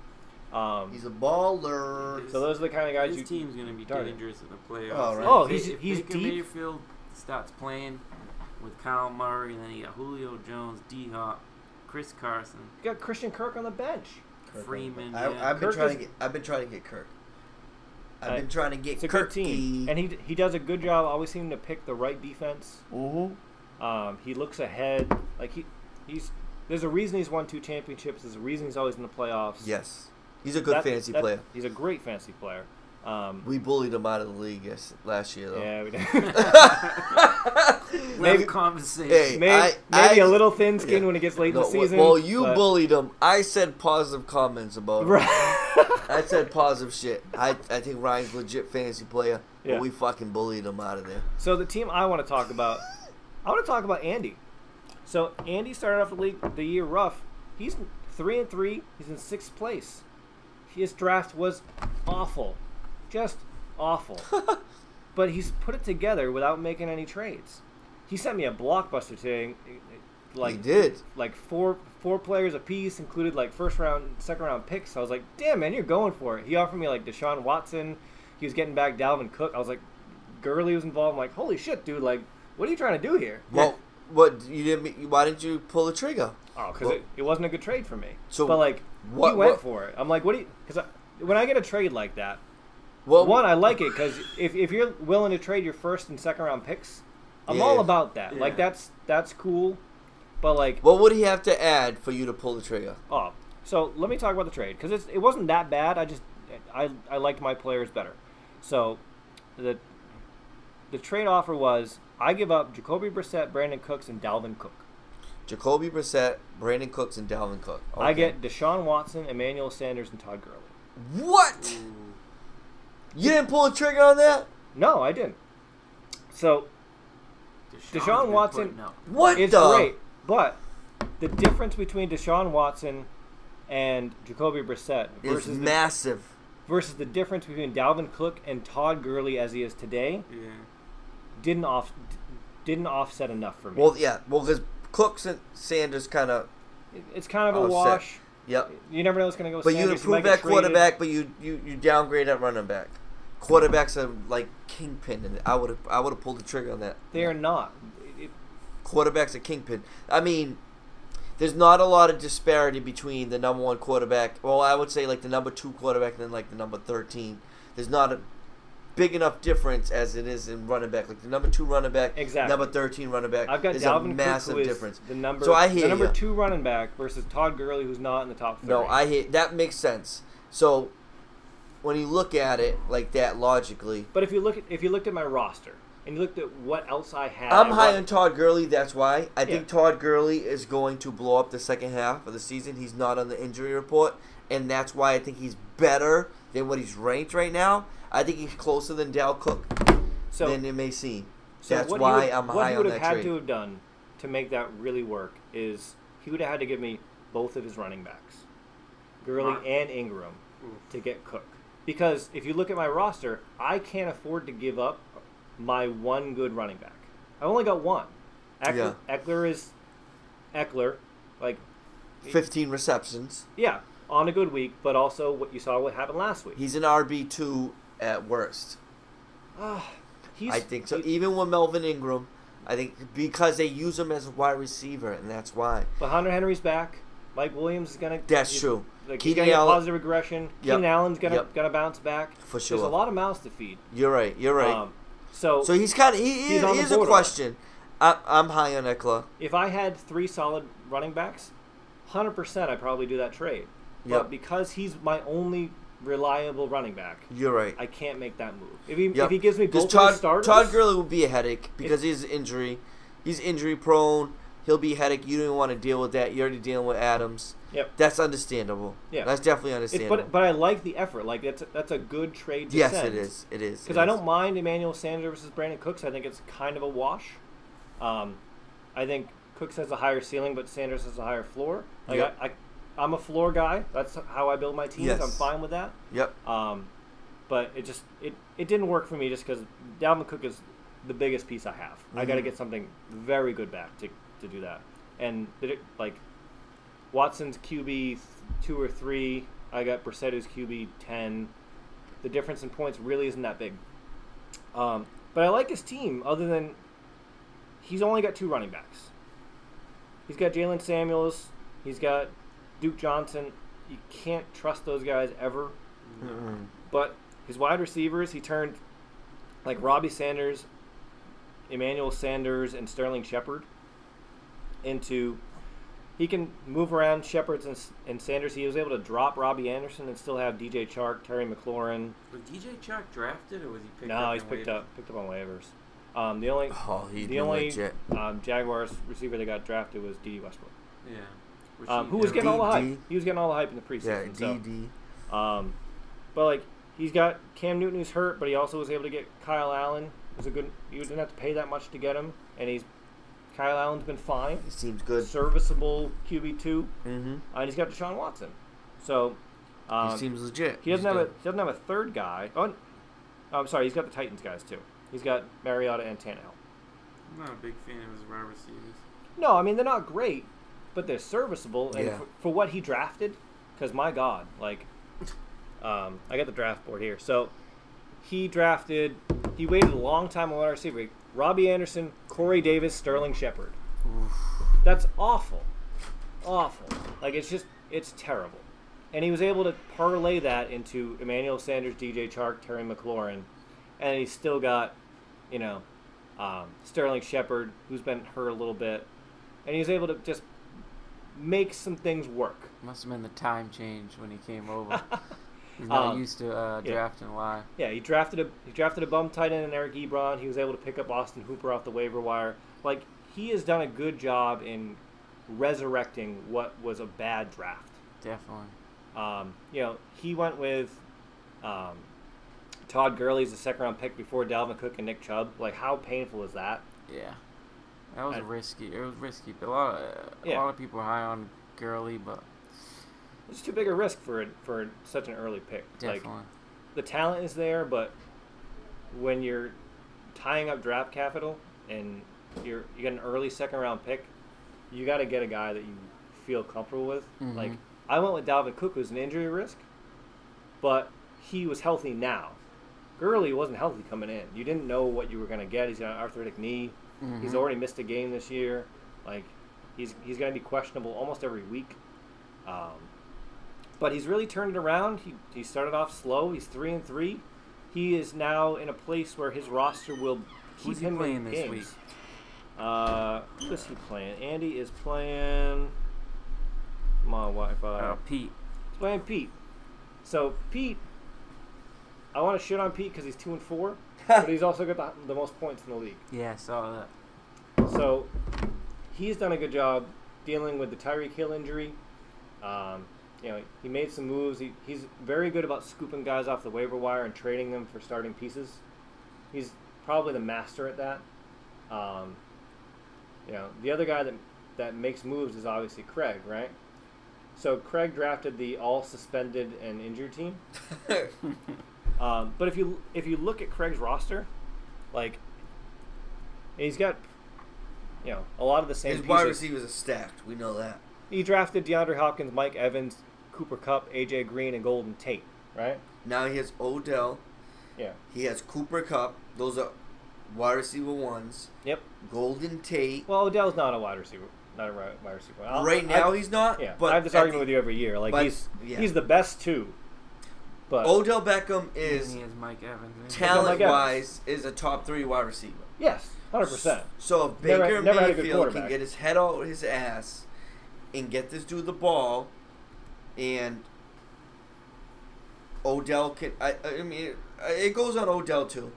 A: Um,
B: He's a baller.
A: so those are the kind of guys
C: His
A: you.
C: team's going to be
A: Darn it.
C: dangerous in the playoffs.
B: Oh, right.
A: Oh,
C: If
A: he's-
C: they- if
A: he's
C: Baker
A: deep.
C: Mayfield starts playing with Kyle Murray, and then you got Julio Jones, D Hop, Chris Carson.
A: You got Christian Kirk on the bench.
B: Kirk.
C: Freeman,
B: I,
C: yeah.
B: I've been
A: Kirk
B: trying
A: is-
B: to get. I've been trying to get Kirk. I've
A: Uh,
B: been trying to get
A: It's a
B: Kirk.
A: good team, and he he does a good job. Always seem to pick the right defense.
B: Mm-hmm.
A: Um, he looks ahead. Like he, he's there's a reason he's won two championships. There's a reason he's always in the playoffs.
B: Yes, he's a good
A: That-
B: fantasy
A: that-
B: player.
A: He's a great fantasy player. Um,
B: We bullied him out of the league yes, last year, though.
A: yeah, we did.
C: Maybe conversation.
B: Hey,
A: maybe,
B: I-
A: maybe
B: I-
A: a little thin skinned
B: yeah.
A: when it gets late
B: No,
A: in the season.
B: well, you
A: but-
B: bullied him. I said positive comments about him. I
A: Right.
B: said positive shit. I, I think Ryan's legit fantasy player,
A: Yeah.
B: but we fucking bullied him out of there.
A: so the team I want to talk about, I want to talk about Andy. So Andy started off the league the year rough. He's three and three. He's in sixth place. His draft was awful, just awful. but he's put it together without making any trades. He sent me a blockbuster today, like
B: he did.
A: like four four players apiece, included like first round, second round picks. I was like, damn man, you're going for it. He offered me like Deshaun Watson. He was getting back Dalvin Cook. I was like, Gurley was involved. I'm like, holy shit, dude! Like, what are you trying to do here?
B: Well, what you didn't? Why didn't you pull the trigger?
A: Oh, because
B: well-
A: it, it wasn't a good trade for me.
B: So
A: but like,
B: what-
A: he went
B: what-
A: for it. I'm like, what do you? Because when I get a trade like that,
B: Well,
A: one, I like it because if, if you're willing to trade your first and second round picks, I'm
B: Yeah.
A: all about that.
C: Yeah.
A: Like that's that's cool. But like,
B: What would he have to add for you to pull the trigger?
A: oh, so let me talk about the trade because it wasn't that bad. I just I I liked my players better. So the the trade offer was I give up Jacoby Brissett, Brandon Cooks, and Dalvin Cook.
B: Jacoby Brissett, Brandon Cooks, and Dalvin Cook.
A: I
B: Okay.
A: get Deshaun Watson, Emmanuel Sanders, and Todd Gurley.
B: what?
C: Ooh.
B: You didn't pull the trigger on that?
A: No, I didn't. So
C: Deshaun's
A: Deshaun
C: been
A: Watson-
C: putting up.
B: What
A: it's
B: the?
A: great, but the difference between Deshaun Watson and Jacoby Brissett
B: It's
A: versus the,
B: massive.
A: versus the difference between Dalvin Cook and Todd Gurley as he is today
C: Yeah.
A: didn't off didn't offset enough for me.
B: Well, yeah. Well, because Cooks and Sanders kind of.
A: It- it's kind of a
B: offset.
A: wash.
B: Yep.
A: You never know what's going to go.
B: Oh, But you
A: Sanders, he might
B: improve
A: get
B: that
A: traded.
B: quarterback, but you, you you downgrade that running back. Quarterbacks are like kingpin, and I would have I would have pulled the trigger on that.
A: They are not. It- it-
B: quarterbacks are kingpin. I mean, there's not a lot of disparity between the number one quarterback. Well, I would say like the number two quarterback and then like the number thirteen. There's not a big enough difference as it is in running back. Like the number two running back,
A: Exactly.
B: number thirteen running back.
A: I've got
B: there's
A: Dalvin
B: a
A: Cook,
B: massive
A: who is
B: difference.
A: the number,
B: So I hear
A: the number
B: ya.
A: two running back versus Todd Gurley, who's not in the top three.
B: No, I hear that makes sense. So when you look at it like that logically,
A: But if you look at if you looked at my roster and you looked at what else I had,
B: I'm
A: I
B: high
A: wa-
B: on Todd Gurley. That's why I think
A: Yeah.
B: Todd Gurley is going to blow up the second half of the season. He's not on the injury report, and that's why I think he's better than what he's ranked right now. I think he's closer than Dal Cook
A: so
B: than it may seem.
A: So
B: that's
A: what he
B: why
A: would-
B: I'm
A: what
B: high
A: he
B: on
A: would have
B: that
A: had
B: trade.
A: to have done to make that really work is he would have had to give me both of his running backs, Gurley
C: Right.
A: and Ingram,
B: Hmm.
C: Ooh.
A: to get Cook. Because if you look at my roster, I can't afford to give up my one good running back. I only got one. Eckler, Eckler is Eckler, like
B: 15 receptions.
A: yeah, on a good week, but also what you saw what happened last week.
B: He's an RB two at worst.
A: Ah, he's
B: I think so.
A: he-
B: Even with Melvin Ingram, I think because they use him as a wide receiver, and that's why.
A: But Hunter Henry's back. Mike Williams is gonna.
B: That's
A: he's-
B: true.
A: Like, he's
B: Keenan
A: gonna get
B: Allen-
A: positive regression.
B: Yep.
A: Keenan Allen's gonna
B: Yep.
A: gonna bounce back.
B: For
A: There's
B: sure.
A: a lot of mouths to feed.
B: You're right. You're right.
A: Um, so,
B: so he's kind of he, he,
A: he's on the
B: here's a
A: borderline.
B: question. I, I'm high on Ekla.
A: if I had three solid running backs, hundred percent, I probably do that trade.
B: Yep.
A: But because he's my only reliable running back,
B: You're right.
A: I can't make that move. If he
B: Yep.
A: if he gives me
B: 'Cause
A: both
B: Todd,
A: those starters,
B: Todd Gurley would be a headache because he's injury. He's injury prone. He'll be a headache. You don't even want to deal with that. You're already dealing with Adams.
A: Yep.
B: That's understandable.
A: Yeah.
B: That's definitely
A: It's,
B: understandable.
A: but but I like the effort. Like that's that's a good trade. To
B: yes,
A: send.
B: it is. It is.
A: Because
B: it
A: I
B: is.
A: don't mind Emmanuel Sanders versus Brandon Cooks. I think it's kind of a wash. Um, I think Cooks has a higher ceiling, but Sanders has a higher floor. Like
B: Yep.
A: I, I, I'm a floor guy. That's how I build my teams.
B: Yes.
A: I'm fine with that.
B: Yep.
A: Um, but it just it, it didn't work for me just because Dalvin Cook is the biggest piece I have. I got to
B: Mhm.
A: get something very good back to, to do that. And did it, like Watson's QB th- two or three, I got Brissetto's QB ten. The difference in points really isn't that big. Um, but I like his team. Other than he's only got two running backs. He's got Jalen Samuels. He's got Duke Johnson. You can't trust those guys ever.
B: Mm-mm.
A: But his wide receivers, he turned like Robbie Sanders, Emmanuel Sanders, and Sterling Shepard into. He can move around Shepard's and, and Sanders. He was able to drop Robbie Anderson and still have DJ Chark, Terry McLaurin.
C: Was DJ Chuck drafted or was he picked up?
A: No, he's
C: and
A: picked
C: waived?
A: up picked up on waivers. Um, the only
B: Oh, he's
A: the
B: been
A: only
B: legit.
A: um, Jaguars receiver that got drafted was D. E Westbrook,
C: Yeah. Was
A: um,
C: he
A: who was
C: doing-
A: getting all the
B: DD.
A: hype. He was getting all the hype in the
B: Yeah.
A: preseason. so-
B: DD.
A: um, but like he's got Cam Newton who's hurt, but he also was able to get Kyle Allen. It was a good. You didn't have to pay that much to get him, and he's Kyle Allen's been fine,
B: He seems good.
A: serviceable QB two,
B: Mm-hmm.
A: and he's got Deshaun Watson. So um,
B: he seems legit.
A: he doesn't
B: He's
A: have a
B: good.
A: he doesn't have a third guy. Oh, n- oh, I'm sorry, he's got the Titans guys too. He's got Mariota and Tannehill.
C: I'm not a big fan of his wide receivers.
A: No, I mean they're not great, but they're serviceable, and
B: Yeah.
A: for, for what he drafted, because my God, like, um, I got the draft board here. So he drafted, he waited a long time on wide receiver: Robbie Anderson, Corey Davis, Sterling Shepard. That's awful, awful. Like it's just, it's terrible. And he was able to parlay that into Emmanuel Sanders, DJ Chark, Terry McLaurin, and he still got, you know, um, Sterling Shepard, who's been hurt a little bit, and he's able to just make some things work.
C: Must have been the time change when he came over. He's not
A: Um,
C: used to uh,
A: yeah.
C: drafting live.
A: Yeah, he drafted a he drafted a bum tight end in Eric Ebron. He was able to pick up Austin Hooper off the waiver wire. Like he has done a good job in resurrecting what was a bad draft.
C: Definitely.
A: Um, you know, he went with um, Todd Gurley as a second round pick before Dalvin Cook and Nick Chubb. Like how painful is that?
C: Yeah. That was
A: I-
C: risky. It was risky. A lot of,
A: Yeah.
C: a lot of people were high on Gurley, but
A: It's too big a risk for a- for such an early pick.
C: definitely.
A: Like the talent is there, but when you're tying up draft capital and you're you get an early second round pick, you got to get a guy that you feel comfortable with.
C: Mhm.
A: Like I went with Dalvin Cook, who's an injury risk, but he was healthy now. Gurley wasn't healthy coming in. You didn't know what you were going to get. He's got an arthritic knee. He's
C: Mhm.
A: already missed a game this year. Like he's he's going to be questionable almost every week. Um, but he's really turned it around. He, he started off slow. He's three and three. He is now in a place where his roster will keep
C: Who's he
A: him in
C: playing this
A: games.
C: week?
A: Uh, who is he playing? Andy is playing my Wi-Fi.
C: Uh, Pete.
A: He's playing Pete. So Pete, I want to shit on Pete because he's two and four, but he's also got the, the most points in the league.
C: Yeah, I saw that.
A: So he's done a good job dealing with the Tyreek Hill injury. Um, you know, he made some moves. He, he's very good about scooping guys off the waiver wire and trading them for starting pieces. He's probably the master at that. Um, you know, the other guy that that makes moves is obviously Craig, right? So Craig drafted the all suspended and injured team. Um, but if you if you look at Craig's roster, like he's got you know a lot of the same
B: His wide
A: pieces.
B: receivers are stacked. We know that.
A: He drafted DeAndre Hopkins, Mike Evans, Cooper Cup, AJ Green, and Golden Tate. Right?
B: Now he has Odell.
A: Yeah.
B: He has Cooper Cup. Those are wide receiver ones.
A: Yep.
B: Golden Tate.
A: Well, Odell's not a wide receiver. not a ri- wide receiver. I'll-
B: Right
A: I-
B: now he's not.
A: yeah,
B: but
A: I have this
B: at
A: argument
B: the-
A: with you every year. Like
B: but-
A: he's
B: yeah.
A: he's the best two, but
B: Odell Beckham is
C: he has Mike Evans.
B: talent
A: Evans.
B: wise is a top three wide receiver.
A: yes, hundred percent.
B: So if
A: Never-
B: Baker
A: never had a good
B: Mayfield can
A: quarterback.
B: get his head out his ass and get this dude the ball, and Odell can, I, I mean, it, it goes on Odell too.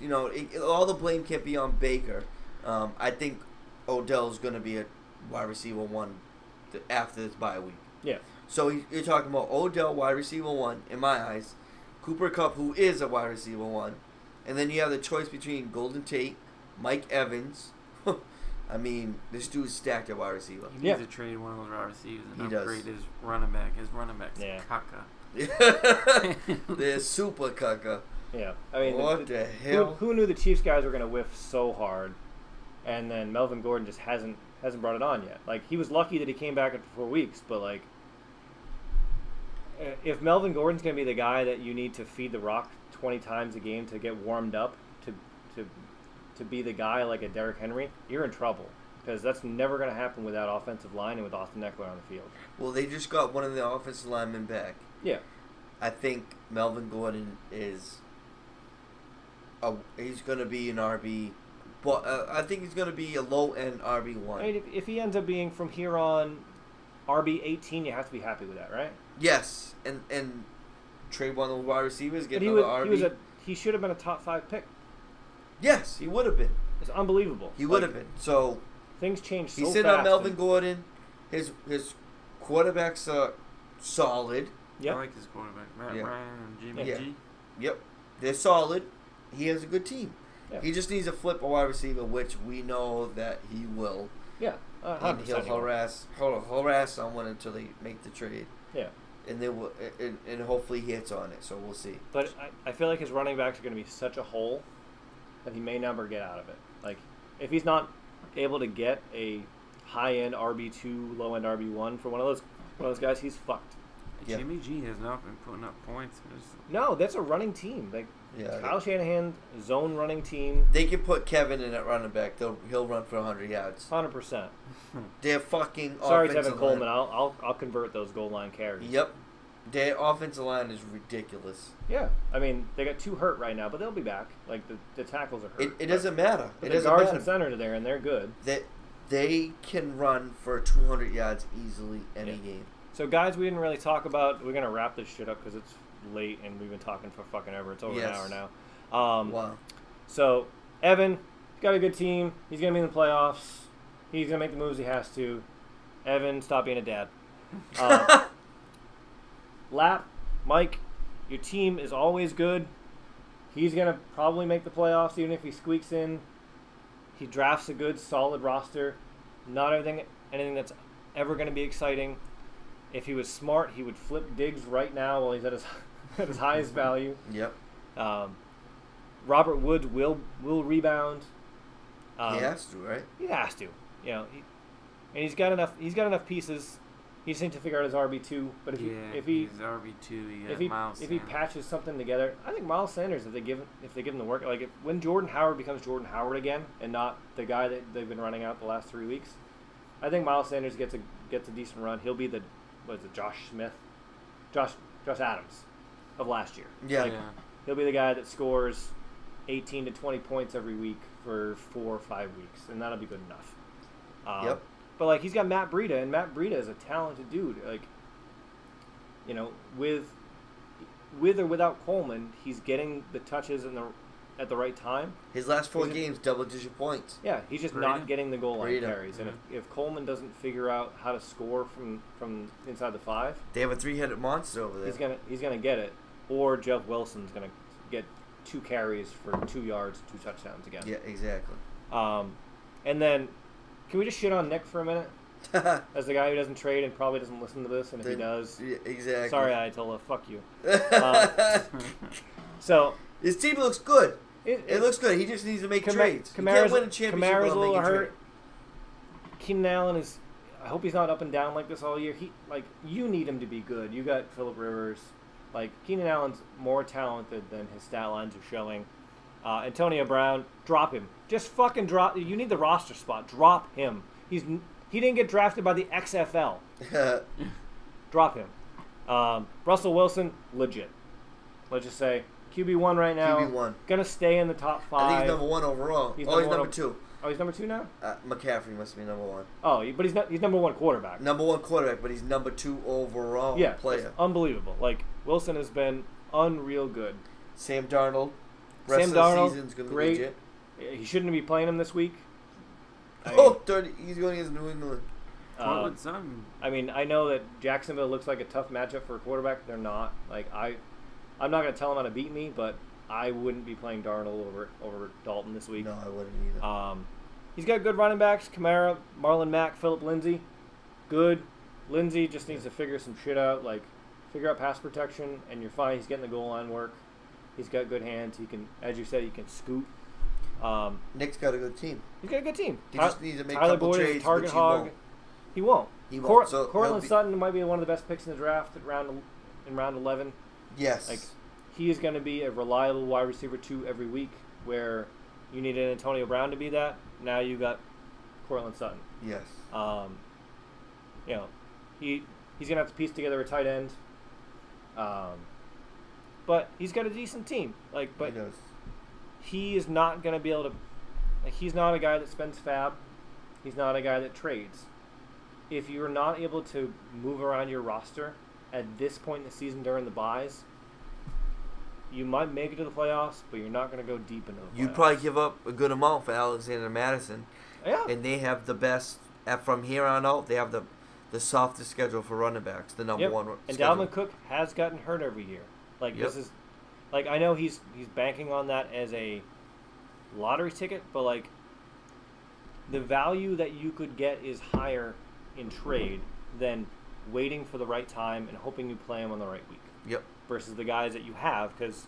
B: You know, it, all the blame can't be on Baker. Um, I think Odell's going to be a wide receiver one th- after this bye week.
A: Yeah,
B: So he- you're talking about Odell, wide receiver one, in my eyes, Cooper Cup, who is a wide receiver one, and then you have the choice between Golden Tate, Mike Evans. I mean, this dude's stacked at wide receiver.
C: He
A: Yeah.
C: needs to trade one of those wide receivers and
B: He does.
C: upgrade his running back. His running back's
A: Yeah.
C: caca.
B: They're super cucker.
A: yeah. I mean,
B: what
A: the-
B: the
A: who,
B: hell?
A: who knew the Chiefs guys were going to whiff so hard, and then Melvin Gordon just hasn't hasn't brought it on yet. Like he was lucky that he came back after four weeks, but like i- if Melvin Gordon's going to be the guy that you need to feed the rock twenty times a game to get warmed up to to to be the guy like a Derrick Henry, you're in trouble because that's never going to happen with that offensive line and with Austin Eckler on the field.
B: Well, they just got one of the offensive linemen back.
A: Yeah,
B: I think Melvin Gordon is. A, he's gonna be an RB, but uh, I think he's gonna be a low end RB one.
A: I mean, if, if he ends up being from here on RB eighteen, you have to be happy with that, right?
B: Yes, and and trade one of the wide receivers, get
A: But he was,
B: another RB.
A: he was a he should have been a top five pick.
B: yes, he would have been.
A: It's unbelievable.
B: He would have been. So
A: been. Things change so
B: he's sitting
A: fast.
B: on Melvin
A: and-
B: Gordon. His his quarterbacks are solid.
A: Yep.
C: I like his quarterback. Matt
B: Yeah.
C: Ryan and Jimmy
B: Yeah.
C: G.
B: Yep, they're solid. He has a good team.
A: Yeah.
B: He just needs to flip a wide receiver, which we know that he will,
A: yeah. Uh,
B: and he'll
A: 100% he will.
B: harass har- harass someone until they make the trade,
A: Yeah.
B: and they will, and, and hopefully he hits on it. So we'll see.
A: But I, I feel like his running backs are going to be such a hole that he may never get out of it. Like, if he's not able to get a high end RB two, low end RB one for one of those one of those guys, he's fucked.
B: Yeah.
C: Jimmy G has not been putting up points. There's-
A: No, that's a running team. Like
B: Yeah.
A: Kyle Shanahan, zone running team,
B: They can put Kevin in at running back. They'll, he'll run for 100 yards.
A: hundred percent.
B: Their fucking
A: Sorry, Tevin
B: offensive
A: Coleman.
B: line.
A: I'll, I'll I'll convert those goal line carries.
B: Yep. Their offensive line is ridiculous.
A: Yeah, I mean they got two hurt right now, but they'll be back. Like the, the tackles are hurt.
B: It, it doesn't matter.
A: But
B: it
A: the
B: doesn't
A: guards and
B: matter.
A: center are there, and they're good.
B: They, they can run for 200 yards easily any
A: Yeah.
B: game.
A: So guys, we didn't really talk about. We're gonna wrap this shit up because it's late and we've been talking for fucking ever. It's over
B: Yes.
A: an hour now. Um,
B: wow.
A: So Evan he's got a good team. He's gonna be in the playoffs. He's gonna make the moves he has to. Evan, stop being a dad. Uh, Lap, Mike, your team is always good. He's gonna probably make the playoffs, even if he squeaks in. He drafts a good, solid roster. Not everything, anything that's ever gonna be exciting. If he was smart, he would flip Diggs right now while he's at his at his highest value.
B: Yep.
A: Um, Robert Woods will will rebound. Um,
B: he has to, right?
A: he has to. You know, he, and he's got enough. He's got enough pieces. He just needs to figure out his RB two. But if
C: yeah,
A: he if he
C: he's RB two. He got
A: if he
C: Miles
A: if he
C: Sanders.
A: patches something together, I think Miles Sanders if they give if they give him the work like if, when Jordan Howard becomes Jordan Howard again and not the guy that they've been running out the last three weeks, I think Miles Sanders gets a gets a decent run. He'll be the what is it Josh Smith, Josh Josh Adams of last year.
B: Yeah.
C: yeah.
A: He'll be the guy that scores 18 to 20 points every week for four or five weeks, and that'll be good enough. Um,
B: Yep.
A: But like he's got Matt Breida, and Matt Breida is a talented dude. Like, you know, with with or without Coleman, he's getting the touches in the at the right time.
B: His last four
A: He's a-
B: games, double digit points.
A: Yeah, he's just
C: Breida?
A: not getting the goal line
B: Breida. Mm-hmm.
A: carries. And if, if Coleman doesn't figure out how to score from from inside the five,
B: They have a three headed monster over there.
A: He's gonna he's gonna get it, or Jeff Wilson's gonna get two carries for two yards, two touchdowns again.
B: yeah, exactly.
A: Um, and then can we just shit on Nick for a minute as the guy who doesn't trade and probably doesn't listen to this, and if he
B: Then-
A: does,
B: yeah, exactly.
A: sorry um, Ayatollah, fuck you. So
B: His team looks good.
A: it,
B: It looks good. He just needs to make
A: Kamara-
B: trades. He can't win a championship
A: Kamara's
B: without
A: a little
B: making
A: hurt.
B: trades.
A: Keenan Allen is. I hope he's not up and down like this all year. He like you need him to be good. You got Philip Rivers. Like Keenan Allen's more talented than his stat lines are showing. Uh, Antonio Brown, drop him. Just fucking drop. You need the roster spot. Drop him. He's n- He didn't get drafted by the XFL. Drop him. Um, Russell Wilson, legit. Let's just say QB one right now.
B: QB1.
A: Gonna stay in the top five.
B: I think he's number one overall.
A: He's
B: oh, he's
A: number
B: number
A: one
B: two.
A: Oh, he's number two now.
B: Uh, McCaffrey must be number one.
A: Oh, he- but he's not. He's number one quarterback.
B: Number one quarterback, but he's number two overall
A: yeah, Oh.
B: player.
A: it's unbelievable. Like Wilson has been unreal good.
B: Sam Darnold. Rest
A: Sam
B: of the
A: Darnold,
B: season's gonna
A: great.
B: be legit.
A: He shouldn't be playing him this week. I mean,
B: Oh, 30, he's going against New England.
A: uh,
C: Portland Sun.
A: I mean, I know that Jacksonville looks like a tough matchup for a quarterback. They're not. Like I, I'm not gonna tell him how to beat me, but I wouldn't be playing Darnold over over Dalton this week.
B: No, I wouldn't either.
A: Um, he's got good running backs: Kamara, Marlon Mack, Philip Lindsay. Good. Lindsay just needs to figure some shit out, like figure out pass protection, and you're fine. He's getting the goal line work. He's got good hands. He can, as you said, he can scoop. Um,
B: Nick's got a good team.
A: he's got a good team.
B: He
A: Ty-
B: just needs to make a
A: Tyler
B: couple
A: Boyd is a
B: trades,
A: target
B: which he
A: hog.
B: won't.
A: He won't.
B: He
A: Cor-
B: won't. So he'll
A: Cortland
B: be-
A: Sutton might be one of the best picks in the draft at round in round eleven.
B: Yes.
A: Like he is going to be a reliable wide receiver two every week. Where you needed Antonio Brown to be that, now you got Cortland Sutton.
B: yes.
A: Um, you know, he he's gonna have to piece together a tight end. Um, but he's got a decent team. Like, but
B: he does.
A: he is not gonna be able to. Like, he's not a guy that spends fab. He's not a guy that trades. If you're not able to move around your roster at this point in the season during the buys, you might make it to the playoffs, but you're not gonna go deep into the playoffs.
B: You'd probably give up a good amount for Alexander Madison,
A: yeah.
B: and they have the best. At, from here on out, they have the the softest schedule for running backs. The number
A: Yep.
B: one.
A: And
B: schedule.
A: Dalvin Cook has gotten hurt every year. Like this
B: Yep.
A: is, like I know he's he's banking on that as a lottery ticket, but like the value that you could get is higher in trade than waiting for the right time and hoping you play him on the right week
B: Yep.
A: versus the guys that you have because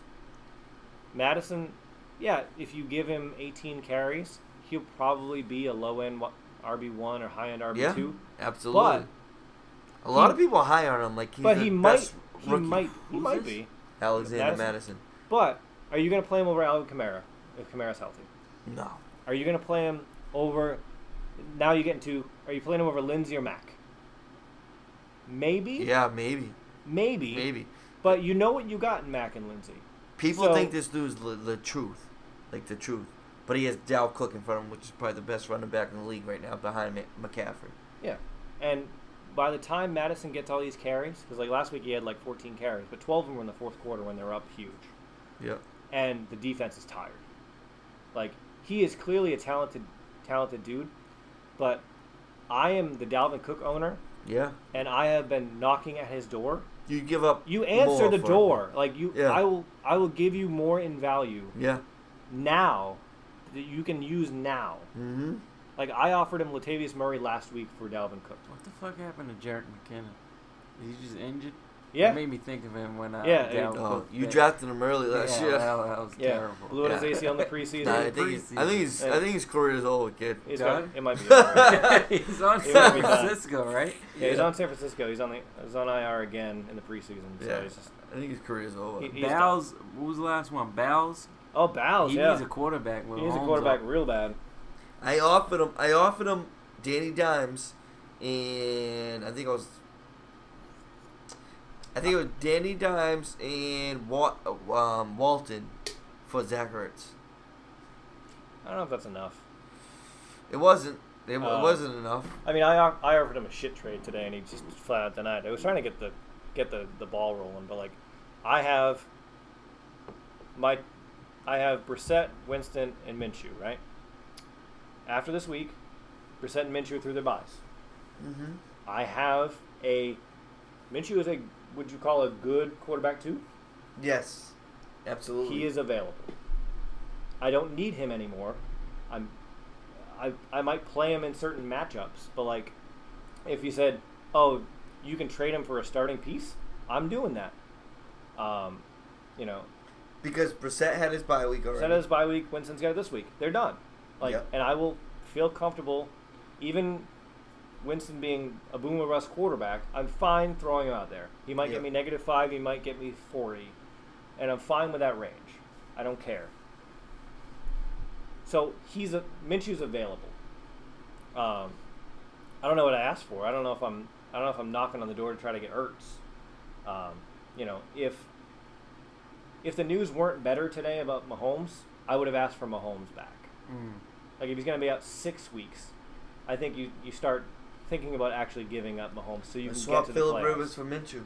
A: Madison, yeah, if you give him 18 carries, he'll probably be a low end RB one or high end RB
B: Yeah.
A: two.
B: Absolutely. a lot
A: he-
B: of people are high on him. Like he's
A: But
B: the
A: he might,
B: best
A: he
B: rookie.
A: might, he
C: Who's
A: might
C: this?
A: be.
B: Alexander
A: Madison.
B: Madison.
A: But are you going to play him over Alvin Kamara if Kamara's healthy?
B: No.
A: Are you going to play him over? Now you get into. Are you playing him over Lindsey or Mac? Maybe.
B: Yeah, maybe,
A: Maybe.
B: maybe.
A: But you know what you got in Mac and Lindsey.
B: People
A: So-
B: think this dude's the, the truth, like the truth. But he has Dow Cook in front of him, which is probably the best running back in the league right now, behind Ma- McCaffrey.
A: Yeah. And by the time Madison gets all these carries, because like last week he had like 14 carries, but 12 of them were in the fourth quarter when they were up huge,
B: Yep.
A: and the defense is tired. Like he is clearly a talented, talented dude, but I am the Dalvin Cook owner
B: Yeah.
A: and I have been knocking at his door.
B: You give up.
A: You answer
B: more
A: the
B: for him.
A: door. Like you
B: Yeah.
A: I will I will give you more in value
B: Yeah.
A: now that you can use now.
B: Mm-hmm.
A: Like I offered him Latavius Murray last week for Dalvin Cook.
C: What the fuck happened to Jarrett McKinnon? Is he just injured?
A: Yeah.
C: It made me think of him when uh, I.
A: Yeah, it-
C: Dalvin
B: Oh,
C: Cook
B: you
C: back.
B: drafted him early
C: Yeah,
B: last year.
C: That, that was
A: yeah.
C: terrible.
A: Blew out
B: Yeah.
A: his ACL in the
B: Nah, I
A: preseason.
B: think he's, I think he's, I think his career is all good.
A: He's
C: Done?
A: got- it might be. yeah,
C: he's on
A: It
C: San
A: would be bad.
C: Francisco, right?
A: he's on San Francisco. He's on the he's on IR again in the preseason. So
B: Yeah.
A: he's just
B: I think his career is over.
A: He- He's done.
C: Bowles, what was the last one? Bowles.
A: Oh Bowles,
C: he
A: yeah.
C: needs a quarterback. With
A: he needs a
C: Holmes
A: quarterback
C: up.
A: real bad.
B: I offered him. I offered him Danny Dimes, and I think I was. I think it was Danny Dimes and Wa- um, Walton for Zach Ertz.
A: I don't know if that's enough.
B: It wasn't. It, wa-
A: Uh,
B: wasn't enough.
A: I mean, I, I offered him a shit trade today, and he just flat out denied it. I was trying to get the get the, the ball rolling, but like, I have my I have Brissett, Winston, and Minshew. Right after this week, Brissett and Minshew through their buys.
B: Mm-hmm.
A: I have a Minshew is a would you call a good quarterback too?
B: Yes, absolutely.
A: He is available. I don't need him anymore. I'm I I might play him in certain matchups, but like if you said, "Oh, you can trade him for a starting piece," I'm doing that. Um, you know,
B: because Brissett had his bye week already.
A: Send us bye week. Winston's got it this week. They're done. Like,
B: Yep.
A: and I will feel comfortable, even Winston being a boomer rust quarterback. I'm fine throwing him out there. He might get
B: Yep.
A: me negative five. He might get me forty, and I'm fine with that range. I don't care. So he's a Minshew's available. Um, I don't know what I asked for. I don't know if I'm I don't know if I'm knocking on the door to try to get Ertz. Um, you know, if if the news weren't better today about Mahomes, I would have asked for Mahomes back.
B: Mm.
A: Like if he's going to be out six weeks, I think you you start thinking about actually giving up Mahomes so you
B: Let's
A: can
B: swap
A: get to
B: Philip
A: the playoffs.
B: Rivers for Minshew.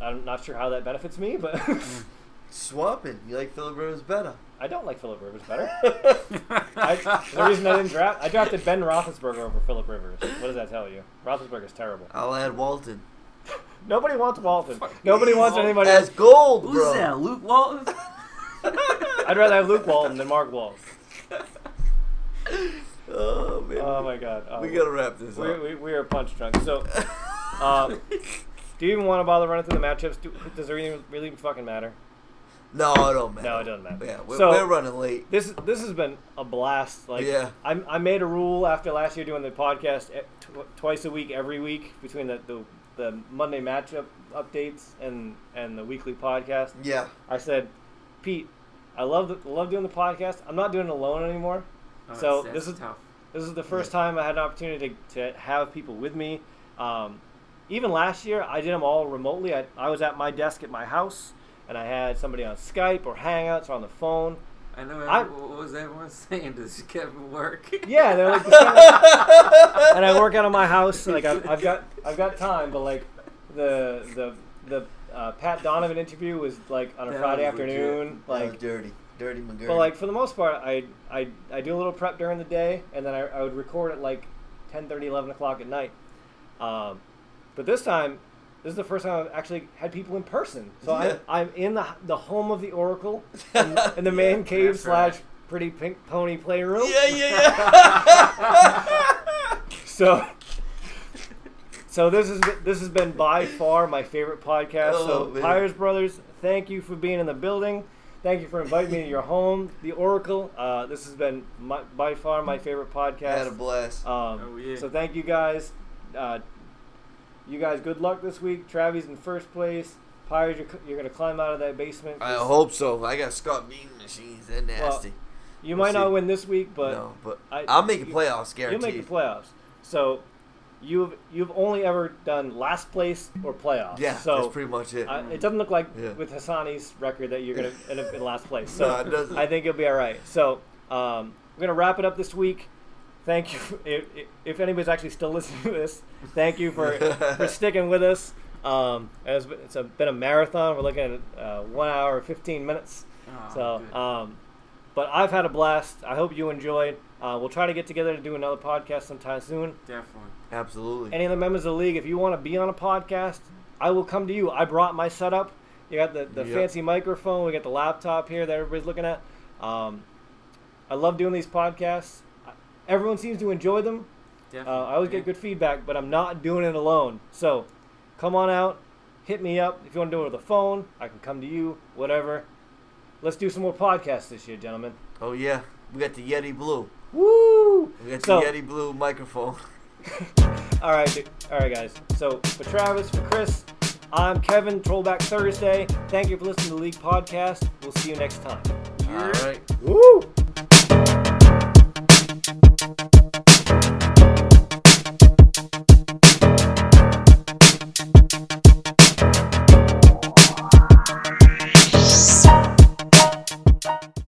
A: I, I'm not sure how that benefits me, but
B: Mm. Swapping. You like Philip Rivers better?
A: I don't like Philip Rivers better.
C: Mm.
A: I, the reason I didn't draft, I drafted Ben Roethlisberger over Philip Rivers. What does that tell you? Roethlisberger's terrible.
B: I'll add Walton.
A: Nobody wants Walton. Nobody wants anybody. Else.
B: As gold,
C: Who's
B: bro.
C: that? Luke Walton? Oh,
A: I'd rather have Luke Walton than Mark Walton.
B: Oh man.
A: Oh my God. Oh,
B: we gotta wrap this
A: We,
B: up.
A: we, we are punch drunk. So, um, do you even want to bother running through the matchups? Do, does it really, really fucking matter?
B: no, it don't matter.
A: No, it doesn't matter.
B: Yeah, we're,
A: So-
B: we're running late.
A: This this has been a blast. Like
B: Yeah.
A: I, I made a rule after last year doing the podcast e- tw- twice a week, every week between the, the the Monday matchup updates and and the weekly podcast.
B: Yeah.
A: I said, Pete, I love the, love doing the podcast. I'm not doing it alone anymore.
C: Oh,
A: so
C: that's-
A: this
C: that's
A: is
C: tough.
A: this is the first time I had an opportunity to, to have people with me. Um, even last year, I did them all remotely. I, I was at my desk at my house, and I had somebody on Skype or Hangouts or on the phone.
C: I know.
A: I-
C: every- what was everyone saying? Does Kevin work?
A: Yeah, they're like, the same- and I work out of my house. Like I've, I've got I've got time, but like the the the uh, Pat Donovan interview was like on a
C: That
A: Friday
C: was legit.
A: afternoon.
B: That
A: Like
B: was dirty, dirty McGurdy.
A: But like for the most part, I I, I do a little prep during the day, and then I, I would record at like 10, 11 o'clock at night. Um, but this time, this is the first time I've actually had people in person. So
B: Yeah.
A: I'm, I'm in the, the home of the Oracle, in, in the man cave
C: that's right.
A: slash pretty pink pony playroom.
B: yeah, yeah,
A: So so this is this has been by far my favorite podcast.
B: Oh,
A: so
B: man.
A: Pires Brothers, thank you for being in the building. Thank you for inviting me to your home, the Oracle. Uh, this has been my, by far my favorite
B: yeah. Had a
A: podcast.
B: blast.
A: Um,
C: Oh, yeah.
A: So thank you guys. Uh, you guys, good luck this week. Travis in first place. Pires, you're, c- you're gonna climb out of that basement.
B: I hope so. I got Scott Bean machines. They're nasty.
A: you
B: we'll
A: might not
B: see.
A: win this week, but
B: no, but
A: I-
B: I, will make a
A: you-
B: playoffs guaranteed.
A: You'll make the playoffs. So you've you've only ever done last place or playoffs.
B: Yeah,
A: so
B: that's pretty much it.
A: I, it doesn't look like
B: Yeah.
A: with Hassani's record that you're gonna end up in last place. So
B: No, it doesn't.
A: I think you'll be all right. So um, we're gonna wrap it up this week. Thank you. If, if anybody's actually still listening to this, thank you for for sticking with us. Um, it's been- it's a, been a marathon. We're looking at uh, one hour and fifteen minutes.
C: Oh, good.
A: So, um, but I've had a blast. I hope you enjoyed. Uh, we'll try to get together to do another podcast sometime soon.
C: Definitely.
B: Absolutely.
A: Any of the members of the league, if you want to be on a podcast, I will come to you. I brought my setup. You got the, the
B: Yep.
A: fancy microphone. We got the laptop here that everybody's looking at. Um, I love doing these podcasts. I- Everyone seems to enjoy them.
C: Definitely.
A: Uh, I always
C: yeah.
A: get good feedback, but I'm not doing it alone. So come on out, hit me up. If you want to do it with a phone, I can come to you, whatever. Let's do some more podcasts this year, gentlemen.
B: oh yeah, we got the Yeti Blue.
A: Woo!
B: We got
A: So-
B: the Yeti Blue microphone.
A: All right, dude. all right, guys. So for Travis, for Chris, I'm Kevin, Trollback Thursday. Thank you for listening to the League Podcast. We'll see you next time.
B: All right.
A: Woo!